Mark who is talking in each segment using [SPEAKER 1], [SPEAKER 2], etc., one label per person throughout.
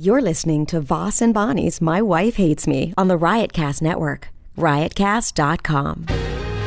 [SPEAKER 1] You're listening to Voss and Bonnie's My Wife Hates Me on the Riotcast Network, riotcast.com.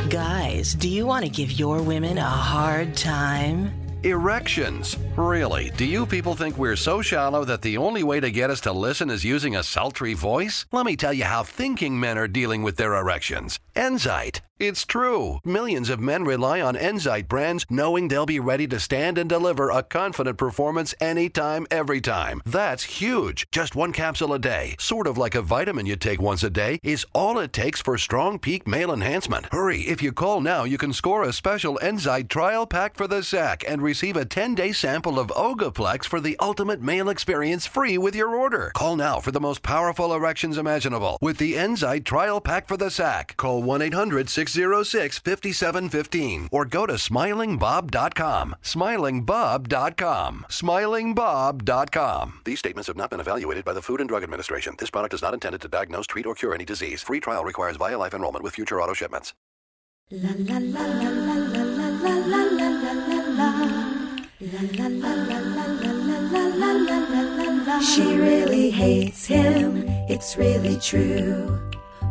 [SPEAKER 2] Guys, do you want to give your women a hard time?
[SPEAKER 3] Erections. Really? Do you people think we're so shallow that the only way to get us to listen is using a sultry voice? Let me tell you how thinking men are dealing with their erections. Enzyte. It's true. Millions of men rely on Enzyte brands knowing they'll be ready to stand and deliver a confident performance anytime, every time. That's huge. Just one capsule a day, sort of like a vitamin you take once a day, is all it takes for strong peak male enhancement. Hurry, if you call now, you can score a special Enzyte trial pack for the sack and receive a 10 day sample of Ogaplex for the ultimate male experience free with your order. Call now for the most powerful erections imaginable with the Enzyte trial pack for the sack. Call 1 800 606 5715 or go to smilingbob.com. Smilingbob.com. Smilingbob.com. These statements have not been evaluated by the Food and Drug Administration. This product is not intended to diagnose, treat, or cure any disease. Free trial requires via life enrollment with future auto shipments.
[SPEAKER 4] She really hates him, it's really true.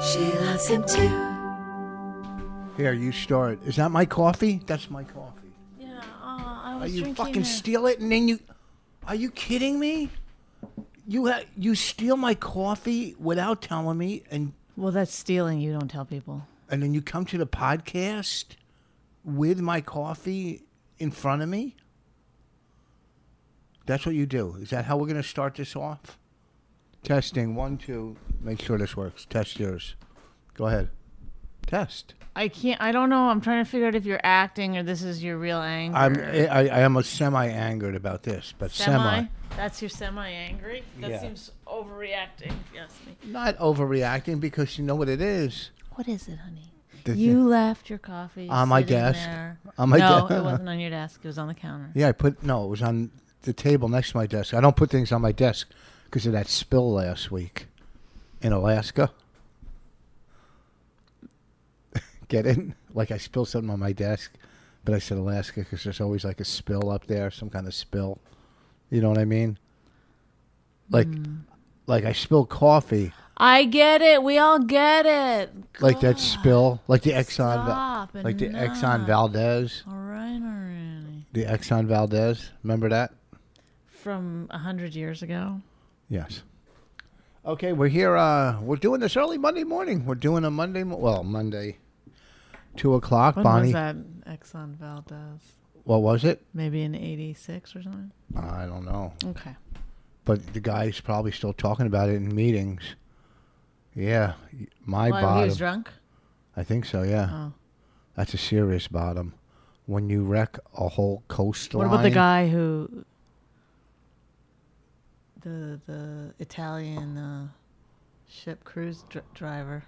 [SPEAKER 4] she loves him too.
[SPEAKER 5] Here, you start. Is that my coffee? That's my coffee.
[SPEAKER 6] Yeah, uh, I
[SPEAKER 5] Are
[SPEAKER 6] was
[SPEAKER 5] you
[SPEAKER 6] drinking
[SPEAKER 5] fucking
[SPEAKER 6] it.
[SPEAKER 5] steal it and then you? Are you kidding me? You ha- you steal my coffee without telling me, and
[SPEAKER 6] well, that's stealing. You don't tell people.
[SPEAKER 5] and then you come to the podcast with my coffee in front of me. That's what you do. Is that how we're gonna start this off? Testing one two. Make sure this works. Test yours. Go ahead. Test.
[SPEAKER 6] I can't. I don't know. I'm trying to figure out if you're acting or this is your real anger.
[SPEAKER 5] I'm eh, I, I I am a semi angered about this, but semi.
[SPEAKER 6] That's your semi angry. That
[SPEAKER 5] Yeah.
[SPEAKER 6] seems overreacting. Yes. Me.
[SPEAKER 5] Not overreacting because you know what it is.
[SPEAKER 6] What is it, honey?
[SPEAKER 5] The
[SPEAKER 6] you left your coffee
[SPEAKER 5] On my
[SPEAKER 6] sitting
[SPEAKER 5] desk.
[SPEAKER 6] there.
[SPEAKER 5] On my
[SPEAKER 6] no,
[SPEAKER 5] desk.
[SPEAKER 6] it wasn't on your desk. It was on the counter.
[SPEAKER 5] Yeah, I put no. It was on the table next to my desk. I don't put things on my desk because of that spill last week in Alaska. Get in? Like I spilled something on my desk, but I said Alaska because there's always like a spill up there, some kind of spill. You know what I mean? Like, like I spilled coffee,
[SPEAKER 6] I get it. We all get it.
[SPEAKER 5] like that spill, like the Exxon, Val-
[SPEAKER 6] Stop and
[SPEAKER 5] like the Exxon
[SPEAKER 6] not.
[SPEAKER 5] Valdez,
[SPEAKER 6] All right, already.
[SPEAKER 5] the Exxon Valdez. Remember that?
[SPEAKER 6] From a hundred years ago.
[SPEAKER 5] Yes. Okay, we're here. Uh, we're doing this early Monday morning. We're doing a Monday, mo- well, Monday, two o'clock.
[SPEAKER 6] When
[SPEAKER 5] Bonnie,
[SPEAKER 6] was that Exxon Valdez?
[SPEAKER 5] what was it?
[SPEAKER 6] Maybe in '86 or something.
[SPEAKER 5] I don't know,
[SPEAKER 6] Okay.
[SPEAKER 5] but the guy's probably still talking about it in meetings. Yeah, y- my
[SPEAKER 6] Why Oh. he
[SPEAKER 5] bottom.
[SPEAKER 6] was drunk?
[SPEAKER 5] I think so. Yeah, that's a serious bottom. When you wreck a whole
[SPEAKER 6] What
[SPEAKER 5] coastline.
[SPEAKER 6] about the guy who the the Italian uh, ship cruise dr- driver?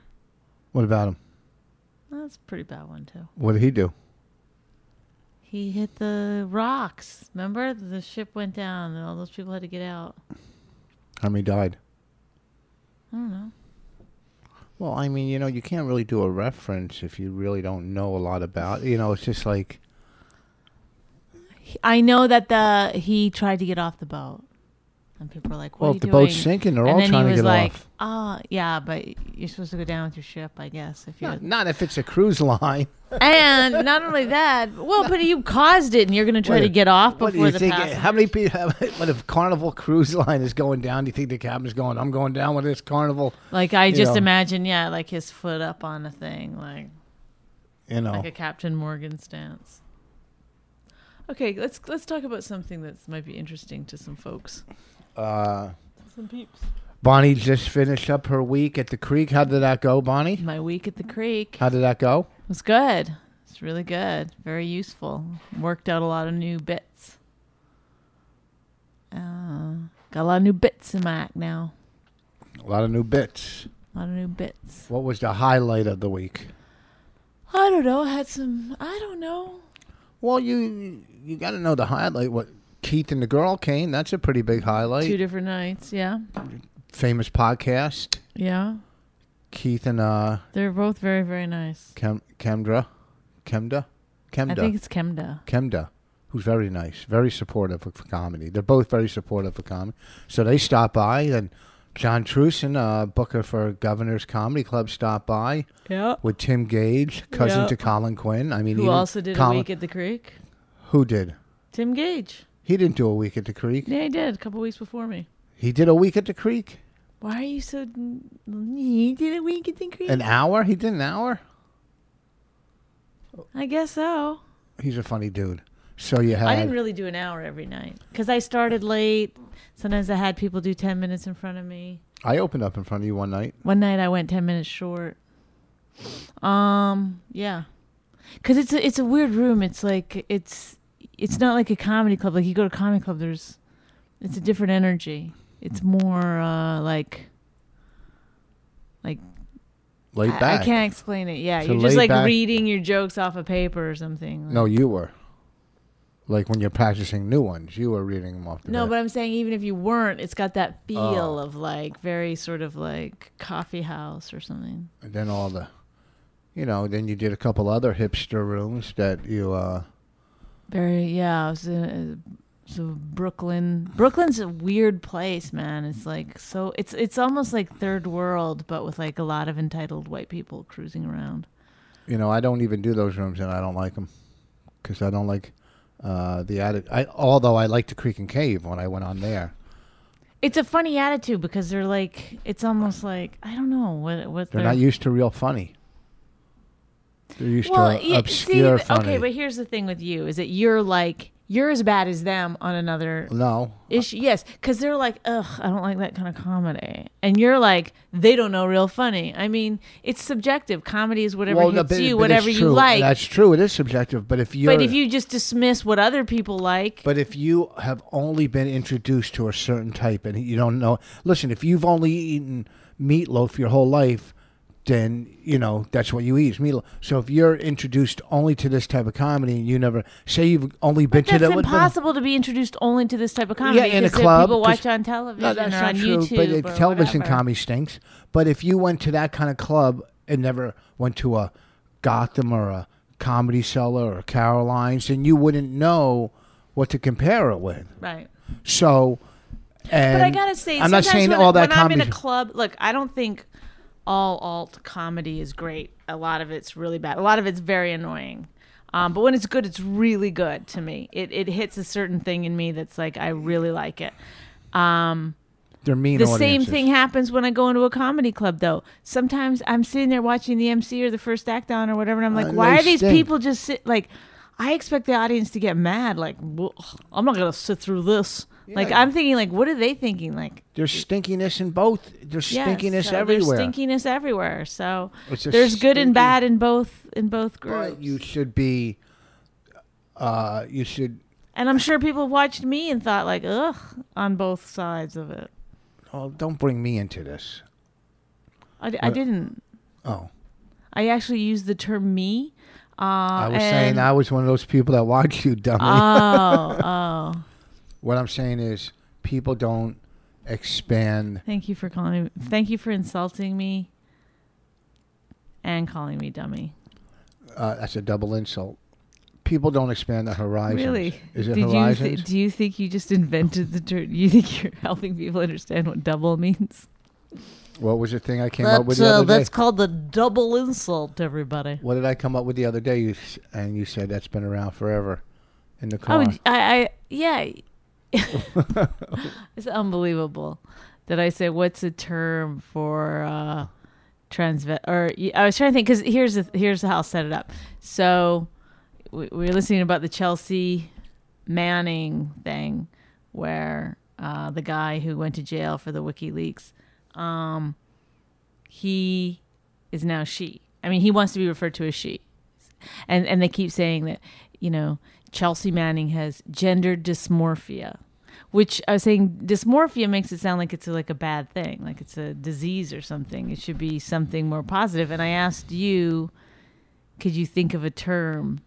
[SPEAKER 5] What about him?
[SPEAKER 6] That's a pretty bad one too.
[SPEAKER 5] What did he do?
[SPEAKER 6] He hit the rocks. Remember, the ship went down, and all those people had to get out.
[SPEAKER 5] How many died? I don't know. Well, I mean, you know, you can't really do a reference if you really don't know a lot about. You know, it's just like
[SPEAKER 6] He- I know that the he tried to get off the boat, and people were like, "What
[SPEAKER 5] Well,
[SPEAKER 6] are
[SPEAKER 5] if
[SPEAKER 6] you
[SPEAKER 5] the boat's
[SPEAKER 6] doing?"
[SPEAKER 5] sinking, they're
[SPEAKER 6] and
[SPEAKER 5] all
[SPEAKER 6] then
[SPEAKER 5] trying to
[SPEAKER 6] he was
[SPEAKER 5] get
[SPEAKER 6] like,
[SPEAKER 5] off.
[SPEAKER 6] "Ah, yeah, but you're supposed to go down with your ship, I guess." If you
[SPEAKER 5] not, not if it's a cruise line.
[SPEAKER 6] And not only that, well, but you caused it, and you're going to try to get off
[SPEAKER 5] What do
[SPEAKER 6] before
[SPEAKER 5] you
[SPEAKER 6] the
[SPEAKER 5] think?
[SPEAKER 6] passengers.
[SPEAKER 5] How many people? What if Carnival Cruise Line is going down? Do you think the captain's going? I'm going down with this Carnival.
[SPEAKER 6] Like I
[SPEAKER 5] you
[SPEAKER 6] just
[SPEAKER 5] know.
[SPEAKER 6] imagine, yeah, like his foot up on a thing, like
[SPEAKER 5] You know,
[SPEAKER 6] like a Captain Morgan stance. Okay, let's let's talk about something that might be interesting to some folks.
[SPEAKER 5] Uh, Bonnie just finished up her week at the creek. How did that go, Bonnie?
[SPEAKER 6] My week at the creek
[SPEAKER 5] How did that go?
[SPEAKER 6] was good. It's really good. Very useful. Worked out a lot of new bits. Uh, got a lot of new bits in my act now.
[SPEAKER 5] A lot of new bits.
[SPEAKER 6] A lot of new bits.
[SPEAKER 5] What was the highlight of the week?
[SPEAKER 6] I don't know. I had some. I don't know.
[SPEAKER 5] Well, you you got to know the highlight. What Keith and the girl came. That's a pretty big highlight.
[SPEAKER 6] Two different nights. Yeah.
[SPEAKER 5] Famous podcast.
[SPEAKER 6] Yeah.
[SPEAKER 5] Keith and uh
[SPEAKER 6] They're both very, very nice.
[SPEAKER 5] Kem- Kemdra, Kemda, Kemda,
[SPEAKER 6] I think it's Kemda.
[SPEAKER 5] Kemda, who's very nice, very supportive for, for comedy. They're both very supportive for comedy. So they stopped by, and John Truson, uh, booker for Governor's Comedy Club, stopped by
[SPEAKER 6] Yeah.
[SPEAKER 5] with Tim Gage, cousin
[SPEAKER 6] Yeah.
[SPEAKER 5] to Colin Quinn. I mean,
[SPEAKER 6] Who
[SPEAKER 5] even
[SPEAKER 6] also did
[SPEAKER 5] Colin-
[SPEAKER 6] a week at the creek?
[SPEAKER 5] Who did?
[SPEAKER 6] Tim Gage.
[SPEAKER 5] He didn't do a week at the creek.
[SPEAKER 6] Yeah, he did a couple weeks before me.
[SPEAKER 5] He did a week at the creek.
[SPEAKER 6] Why are you so? He did a week at the creek.
[SPEAKER 5] An hour? He did an hour.
[SPEAKER 6] I guess so.
[SPEAKER 5] He's a funny dude. So you had
[SPEAKER 6] I didn't really do an hour every night because I started late. Sometimes I had people do ten minutes in front of me.
[SPEAKER 5] I opened up in front of you one night.
[SPEAKER 6] One night I went ten minutes short. Um, yeah, because it's a, it's a weird room. It's like it's it's not like a comedy club. Like you go to comedy club, there's it's a different energy. It's more uh, like like
[SPEAKER 5] Laid
[SPEAKER 6] I,
[SPEAKER 5] back.
[SPEAKER 6] I can't explain it. Yeah,
[SPEAKER 5] It's a
[SPEAKER 6] you're just
[SPEAKER 5] laid
[SPEAKER 6] like
[SPEAKER 5] back-
[SPEAKER 6] reading your jokes off a paper or something.
[SPEAKER 5] No, you were. Like when you're practicing new ones, you were reading them off the
[SPEAKER 6] No,
[SPEAKER 5] bat.
[SPEAKER 6] but I'm saying even if you weren't, it's got that feel
[SPEAKER 5] Oh.
[SPEAKER 6] of like very sort of like coffee house or something.
[SPEAKER 5] And then all the, you know, then you did a couple other hipster rooms that you, uh,
[SPEAKER 6] Very yeah. It was in, uh, so Brooklyn, Brooklyn's a weird place, man. It's like so. It's it's almost like third world, but with like a lot of entitled white people cruising around.
[SPEAKER 5] you know, I don't even do those rooms and I don't like them because I don't like uh, the added. I although I liked the Creek and Cave when I went on there.
[SPEAKER 6] It's a funny attitude because they're like it's almost like I don't know what what
[SPEAKER 5] They're not used to real funny. They're used to
[SPEAKER 6] yeah,
[SPEAKER 5] obscure
[SPEAKER 6] see, but-
[SPEAKER 5] funny.
[SPEAKER 6] Okay, but here's the thing with you is that you're like you're as bad as them on another
[SPEAKER 5] no,
[SPEAKER 6] issue. Yes, because they're like, ugh, I don't like that kind of comedy, and you're like, they don't know real funny. I mean, it's subjective. Comedy is whatever hits
[SPEAKER 5] but- but
[SPEAKER 6] you,
[SPEAKER 5] it's
[SPEAKER 6] whatever you
[SPEAKER 5] true.
[SPEAKER 6] like.
[SPEAKER 5] That's true. It is subjective. But if you,
[SPEAKER 6] But if you just dismiss what other people like,
[SPEAKER 5] But if you have only been introduced to a certain type and you don't know, listen, if you've only eaten meatloaf your whole life, then you know that's what you eat is meatloaf. So if you're introduced only to this type of comedy and you never say you've only been to
[SPEAKER 6] that's
[SPEAKER 5] that,
[SPEAKER 6] impossible to be introduced only to this type of comedy.
[SPEAKER 5] yeah, in a
[SPEAKER 6] 'cause there are
[SPEAKER 5] club,
[SPEAKER 6] people
[SPEAKER 5] 'cause-
[SPEAKER 6] watch on television
[SPEAKER 5] No, that's
[SPEAKER 6] or
[SPEAKER 5] not
[SPEAKER 6] on
[SPEAKER 5] true.
[SPEAKER 6] YouTube.
[SPEAKER 5] but if
[SPEAKER 6] or
[SPEAKER 5] television
[SPEAKER 6] whatever.
[SPEAKER 5] comedy stinks. But if you went to that kind of club and never went to a Gotham or a Comedy Cellar or Caroline's, then you wouldn't know what to compare it with.
[SPEAKER 6] right?
[SPEAKER 5] So, and
[SPEAKER 6] But I gotta say,
[SPEAKER 5] I'm not
[SPEAKER 6] sometimes
[SPEAKER 5] saying
[SPEAKER 6] when,
[SPEAKER 5] all that
[SPEAKER 6] when I'm in
[SPEAKER 5] comedy.
[SPEAKER 6] a club. Look, I don't think all alt comedy is great. A lot of it's really bad. A lot of it's very annoying. Um, but when it's good, it's really good to me. It it hits a certain thing in me that's like I really like it. Um,
[SPEAKER 5] they're mean.
[SPEAKER 6] the
[SPEAKER 5] audiences.
[SPEAKER 6] same thing happens when I go into a comedy club, though. Sometimes I'm sitting there watching the MC or the first act on or whatever, and I'm like,
[SPEAKER 5] Uh,
[SPEAKER 6] why
[SPEAKER 5] they
[SPEAKER 6] are these
[SPEAKER 5] stink.
[SPEAKER 6] people just sit like? I expect the audience to get mad. Like, "Well, I'm not gonna sit through this. Like, I'm thinking, like, what are they thinking? Like,
[SPEAKER 5] There's stinkiness in both. There's
[SPEAKER 6] yes,
[SPEAKER 5] stinkiness
[SPEAKER 6] so
[SPEAKER 5] everywhere.
[SPEAKER 6] There's stinkiness everywhere. So
[SPEAKER 5] It's just
[SPEAKER 6] there's good
[SPEAKER 5] stinky.
[SPEAKER 6] and bad in both in both groups.
[SPEAKER 5] but you should be. Uh, you should.
[SPEAKER 6] and I'm sure people watched me and thought like, ugh, on both sides of it.
[SPEAKER 5] Oh, don't bring me into this.
[SPEAKER 6] I, d- I didn't. Uh,
[SPEAKER 5] Oh,
[SPEAKER 6] I actually used the term me. Uh,
[SPEAKER 5] I was saying I was one of those people that watch you, dummy.
[SPEAKER 6] oh, oh!
[SPEAKER 5] what I'm saying is, people don't expand.
[SPEAKER 6] Thank you for calling. Me. Thank you for insulting me and calling me dummy.
[SPEAKER 5] Uh, that's a double insult. People don't expand their horizons.
[SPEAKER 6] Really?
[SPEAKER 5] Is it
[SPEAKER 6] Did you
[SPEAKER 5] horizons?
[SPEAKER 6] th- do you think you just invented the term? You think you're helping people understand what double means?
[SPEAKER 5] what was the thing I came up with
[SPEAKER 6] That's,
[SPEAKER 5] the
[SPEAKER 6] uh,
[SPEAKER 5] other day?
[SPEAKER 6] that's called the double insult, everybody.
[SPEAKER 5] What did I come up with the other day? You s- and you said that's been around forever in the car.
[SPEAKER 6] Oh, I, I yeah. it's unbelievable that I said, what's a term for uh, transvest? Or y- I was trying to think because here's the, here's how I'll set it up. So we, we were listening about the Chelsea Manning thing, where uh, the guy who went to jail for the WikiLeaks, um, he is now she. I mean, he wants to be referred to as she and and they keep saying that you know Chelsea Manning has gender dysmorphia, which I was saying dysmorphia makes it sound like it's like a bad thing, like it's a disease or something. It should be something more positive. And I asked you, could you think of a term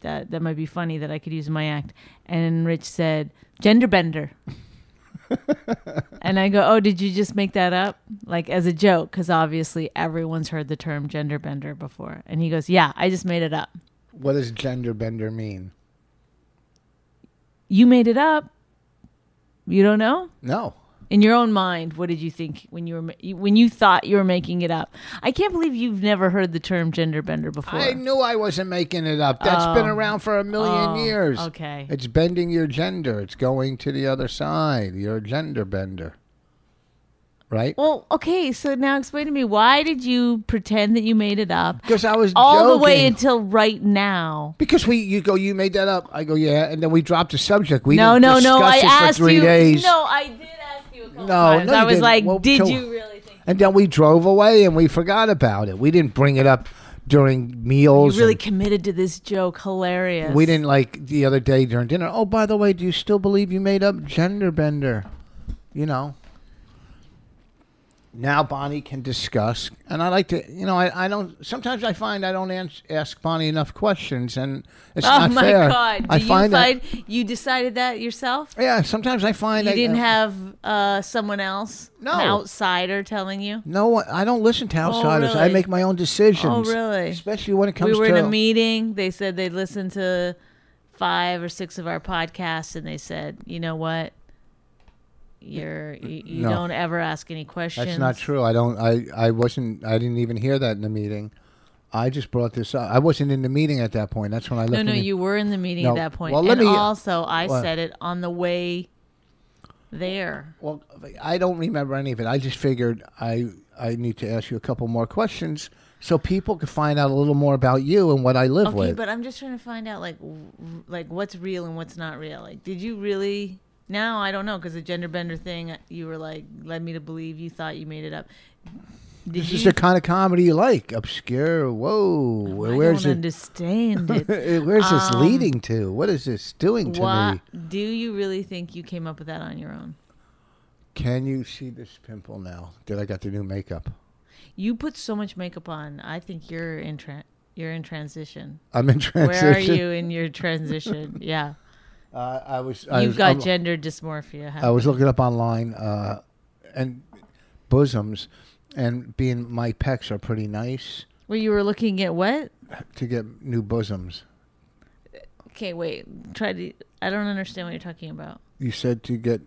[SPEAKER 6] that that might be funny that I could use in my act? And Rich said gender bender. and I go, "Oh, did you just make that up, like as a joke?" Because obviously everyone's heard the term gender bender before. And he goes, "Yeah, I just made it up.
[SPEAKER 5] What does gender bender mean?
[SPEAKER 6] You made it up. You don't know."
[SPEAKER 5] No.
[SPEAKER 6] in your own mind what did you think when you were ma- when you thought you were making it up i can't believe you've never heard the term gender bender before
[SPEAKER 5] I knew I wasn't making it up. That's been around for a million years.
[SPEAKER 6] Oh. okay.
[SPEAKER 5] It's bending your gender. It's going to the other side. You're a gender bender. Right?
[SPEAKER 6] well okay so now explain to me why did you pretend that you made it up
[SPEAKER 5] Because I was
[SPEAKER 6] all the way
[SPEAKER 5] joking.
[SPEAKER 6] until right now
[SPEAKER 5] because we, you go, you made that up. I go, yeah, and then we dropped the subject. We
[SPEAKER 6] no
[SPEAKER 5] didn't
[SPEAKER 6] no no
[SPEAKER 5] discuss
[SPEAKER 6] i
[SPEAKER 5] it
[SPEAKER 6] asked
[SPEAKER 5] for three
[SPEAKER 6] you
[SPEAKER 5] days.
[SPEAKER 6] no i did ask you a couple
[SPEAKER 5] No,
[SPEAKER 6] times
[SPEAKER 5] no,
[SPEAKER 6] i
[SPEAKER 5] you
[SPEAKER 6] was
[SPEAKER 5] didn't.
[SPEAKER 6] like
[SPEAKER 5] Well,
[SPEAKER 6] did
[SPEAKER 5] till-
[SPEAKER 6] you really think
[SPEAKER 5] And then we drove away and we forgot about it. We didn't bring it up during
[SPEAKER 6] you
[SPEAKER 5] meals.
[SPEAKER 6] really
[SPEAKER 5] and
[SPEAKER 6] committed to this joke hilarious
[SPEAKER 5] we didn't like the other day during dinner. Oh, by the way, do you still believe you made up gender bender? You know. Now Bonnie can discuss, and I like to. You know, I, I don't. Sometimes I find I don't ans- ask Bonnie enough questions, and it's
[SPEAKER 6] oh
[SPEAKER 5] not
[SPEAKER 6] my
[SPEAKER 5] fair.
[SPEAKER 6] god do
[SPEAKER 5] I
[SPEAKER 6] you
[SPEAKER 5] find that.
[SPEAKER 6] find you decided that yourself
[SPEAKER 5] Yeah, sometimes I find
[SPEAKER 6] You
[SPEAKER 5] I,
[SPEAKER 6] didn't
[SPEAKER 5] uh,
[SPEAKER 6] have uh, someone else,
[SPEAKER 5] No.
[SPEAKER 6] an outsider, telling you.
[SPEAKER 5] No, I don't listen to outsiders. I
[SPEAKER 6] Oh, really?
[SPEAKER 5] make my own decisions.
[SPEAKER 6] Oh, really?
[SPEAKER 5] Especially when it comes
[SPEAKER 6] We were
[SPEAKER 5] to
[SPEAKER 6] in a meeting. They said they'd listened to five or six of our podcasts, and they said, "You know what? You're you, you
[SPEAKER 5] No.
[SPEAKER 6] don't ever ask any questions."
[SPEAKER 5] That's not true. I don't. I. I wasn't. I didn't even hear that in the meeting. I just brought this up. I wasn't in the meeting at that point. That's when I left.
[SPEAKER 6] No,
[SPEAKER 5] the
[SPEAKER 6] no,
[SPEAKER 5] meeting.
[SPEAKER 6] you were in the meeting
[SPEAKER 5] No.
[SPEAKER 6] at that point.
[SPEAKER 5] Well, let
[SPEAKER 6] and
[SPEAKER 5] me- uh,
[SPEAKER 6] also, I
[SPEAKER 5] What?
[SPEAKER 6] said it on the way there.
[SPEAKER 5] Well, I don't remember any of it. I just figured I. I need to ask you a couple more questions so people can find out a little more about you and what I live
[SPEAKER 6] Okay,
[SPEAKER 5] with.
[SPEAKER 6] but I'm just trying to find out, like, w- w- like what's real and what's not real. Like, did you really? Now I don't know because the gender bender thing uh, you were like led me to believe you thought you made it up. Did
[SPEAKER 5] this
[SPEAKER 6] you?
[SPEAKER 5] is the kind of comedy you like, obscure. Whoa,
[SPEAKER 6] I
[SPEAKER 5] where's
[SPEAKER 6] don't Um,
[SPEAKER 5] it?
[SPEAKER 6] understand it.
[SPEAKER 5] Where's this leading to? What is this doing to
[SPEAKER 6] Why
[SPEAKER 5] me?
[SPEAKER 6] do you really think you came up with that on your own?
[SPEAKER 5] Can you see this pimple now that I got the new makeup?
[SPEAKER 6] You put so much makeup on. I think you're in tra- you're in transition.
[SPEAKER 5] I'm in transition.
[SPEAKER 6] Where are you in your transition? yeah,
[SPEAKER 5] Uh, I was. I
[SPEAKER 6] you've
[SPEAKER 5] was,
[SPEAKER 6] got
[SPEAKER 5] I'm-
[SPEAKER 6] gender dysmorphia.
[SPEAKER 5] I
[SPEAKER 6] happening.
[SPEAKER 5] was looking up online, uh, and bosoms, and being my pecs are pretty nice
[SPEAKER 6] Well, you were looking at what?
[SPEAKER 5] to get new bosoms.
[SPEAKER 6] Okay, wait. Try to. I don't understand what you're talking about.
[SPEAKER 5] You said to get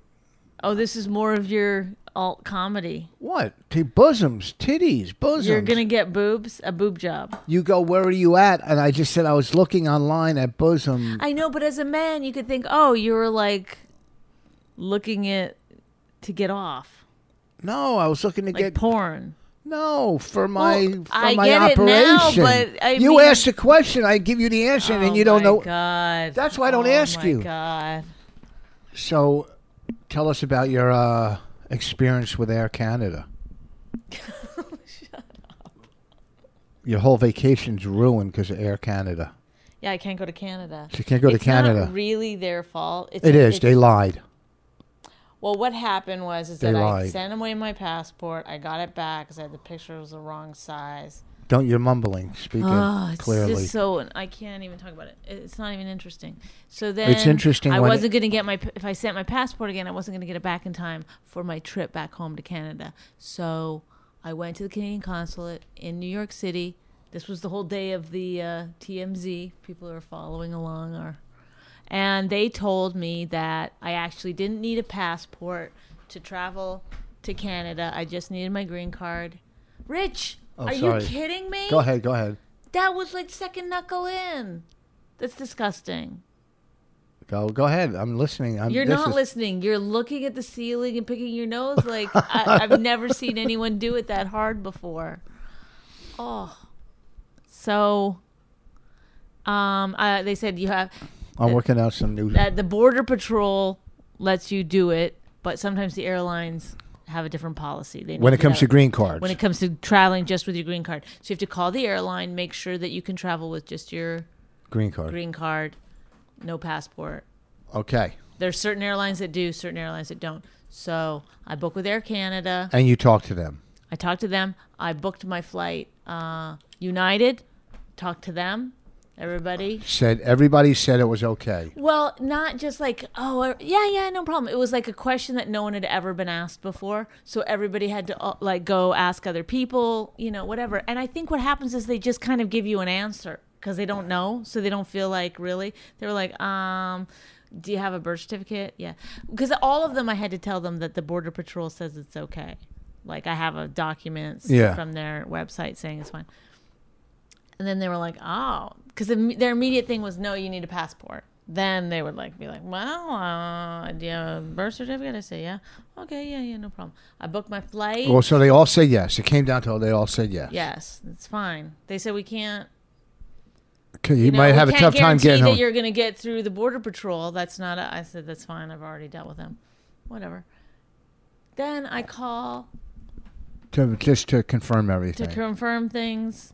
[SPEAKER 6] Oh, this is more of your alt comedy.
[SPEAKER 5] what? To bosoms, titties, bosoms.
[SPEAKER 6] You're gonna get boobs, a boob job.
[SPEAKER 5] You go. Where are you at? And I just said I was looking online at bosom.
[SPEAKER 6] I know, but as a man, you could think, oh, you were like looking at to get off,
[SPEAKER 5] no, I was looking to
[SPEAKER 6] like
[SPEAKER 5] get
[SPEAKER 6] porn.
[SPEAKER 5] no for my
[SPEAKER 6] Well,
[SPEAKER 5] for
[SPEAKER 6] I
[SPEAKER 5] my
[SPEAKER 6] get it now,
[SPEAKER 5] operation.
[SPEAKER 6] but I
[SPEAKER 5] you
[SPEAKER 6] mean-
[SPEAKER 5] asked a question, I give you the answer, and you don't
[SPEAKER 6] Oh my
[SPEAKER 5] know.
[SPEAKER 6] God,
[SPEAKER 5] That's why I don't
[SPEAKER 6] Oh,
[SPEAKER 5] ask
[SPEAKER 6] my
[SPEAKER 5] you.
[SPEAKER 6] God,
[SPEAKER 5] So, tell us about your uh, experience with Air Canada. Your whole vacation's ruined because of Air Canada.
[SPEAKER 6] yeah, I can't go to Canada.
[SPEAKER 5] So you can't go to
[SPEAKER 6] It's not
[SPEAKER 5] Canada.
[SPEAKER 6] really their fault. It's
[SPEAKER 5] It is.
[SPEAKER 6] it's-
[SPEAKER 5] They lied.
[SPEAKER 6] Well, what happened was is
[SPEAKER 5] They
[SPEAKER 6] that I
[SPEAKER 5] lied.
[SPEAKER 6] sent away my passport. I got it back because I had the picture was the wrong size.
[SPEAKER 5] Don't you're mumbling. Speaking
[SPEAKER 6] Oh, it's
[SPEAKER 5] clearly.
[SPEAKER 6] just so I can't even talk about it. It's not even interesting. So then
[SPEAKER 5] interesting
[SPEAKER 6] I
[SPEAKER 5] when it-
[SPEAKER 6] wasn't going to get my if I sent my passport again, I wasn't going to get it back in time for my trip back home to Canada. So I went to the Canadian consulate in New York City. This was the whole day of the uh, TMZ. People who are following along are, and they told me that I actually didn't need a passport to travel to Canada. I just needed my green card. Rich, are
[SPEAKER 5] Oh, sorry.
[SPEAKER 6] you kidding me?
[SPEAKER 5] go ahead. Go ahead.
[SPEAKER 6] That was like second knuckle in. That's disgusting.
[SPEAKER 5] Go. Go ahead. I'm listening. I'm,
[SPEAKER 6] You're
[SPEAKER 5] this
[SPEAKER 6] not
[SPEAKER 5] is-
[SPEAKER 6] listening. You're looking at the ceiling and picking your nose. Like I, I've never seen anyone do it that hard before. Oh, so um, I, they said you have
[SPEAKER 5] I'm working out some new.
[SPEAKER 6] that the border patrol lets you do it, but sometimes the airlines have a different policy. They
[SPEAKER 5] when it
[SPEAKER 6] need
[SPEAKER 5] comes
[SPEAKER 6] have-
[SPEAKER 5] to green cards.
[SPEAKER 6] when it comes to traveling just with your green card, so you have to call the airline, make sure that you can travel with just your
[SPEAKER 5] green card.
[SPEAKER 6] green card, no passport.
[SPEAKER 5] Okay.
[SPEAKER 6] There's certain airlines that do, certain airlines that don't. So I booked with Air Canada.
[SPEAKER 5] And you talk to them.
[SPEAKER 6] I talked to them. I booked my flight. Uh, United, talked to them. Everybody.
[SPEAKER 5] Said everybody said it was okay.
[SPEAKER 6] Well, not just like, oh, uh, yeah, yeah, no problem. It was like a question that no one had ever been asked before. So everybody had to uh, like go ask other people, you know, whatever. And I think what happens is they just kind of give you an answer because they don't know. So they don't feel like really. They were like, um, do you have a birth certificate? Yeah. Because all of them, I had to tell them that the Border Patrol says it's okay. Like I have a document
[SPEAKER 5] Yeah.
[SPEAKER 6] from their website saying it's fine. And then they were like, oh, because their immediate thing was, no, you need a passport. Then they would like be like, well, uh, do you have a birth certificate? I say, yeah. Okay, yeah, yeah, no problem. I booked my flight.
[SPEAKER 5] Well, so they all said yes. It came down to they all said yes.
[SPEAKER 6] yes, it's fine. They said we can't.
[SPEAKER 5] Okay, you,
[SPEAKER 6] You know,
[SPEAKER 5] might
[SPEAKER 6] we
[SPEAKER 5] have a
[SPEAKER 6] can't
[SPEAKER 5] tough time
[SPEAKER 6] guarantee
[SPEAKER 5] getting
[SPEAKER 6] that
[SPEAKER 5] home.
[SPEAKER 6] you're going to get through the border patrol. That's not. A, I said that's fine. I've already dealt with them. Whatever. Then I call
[SPEAKER 5] To, just to confirm
[SPEAKER 6] to
[SPEAKER 5] everything.
[SPEAKER 6] confirm things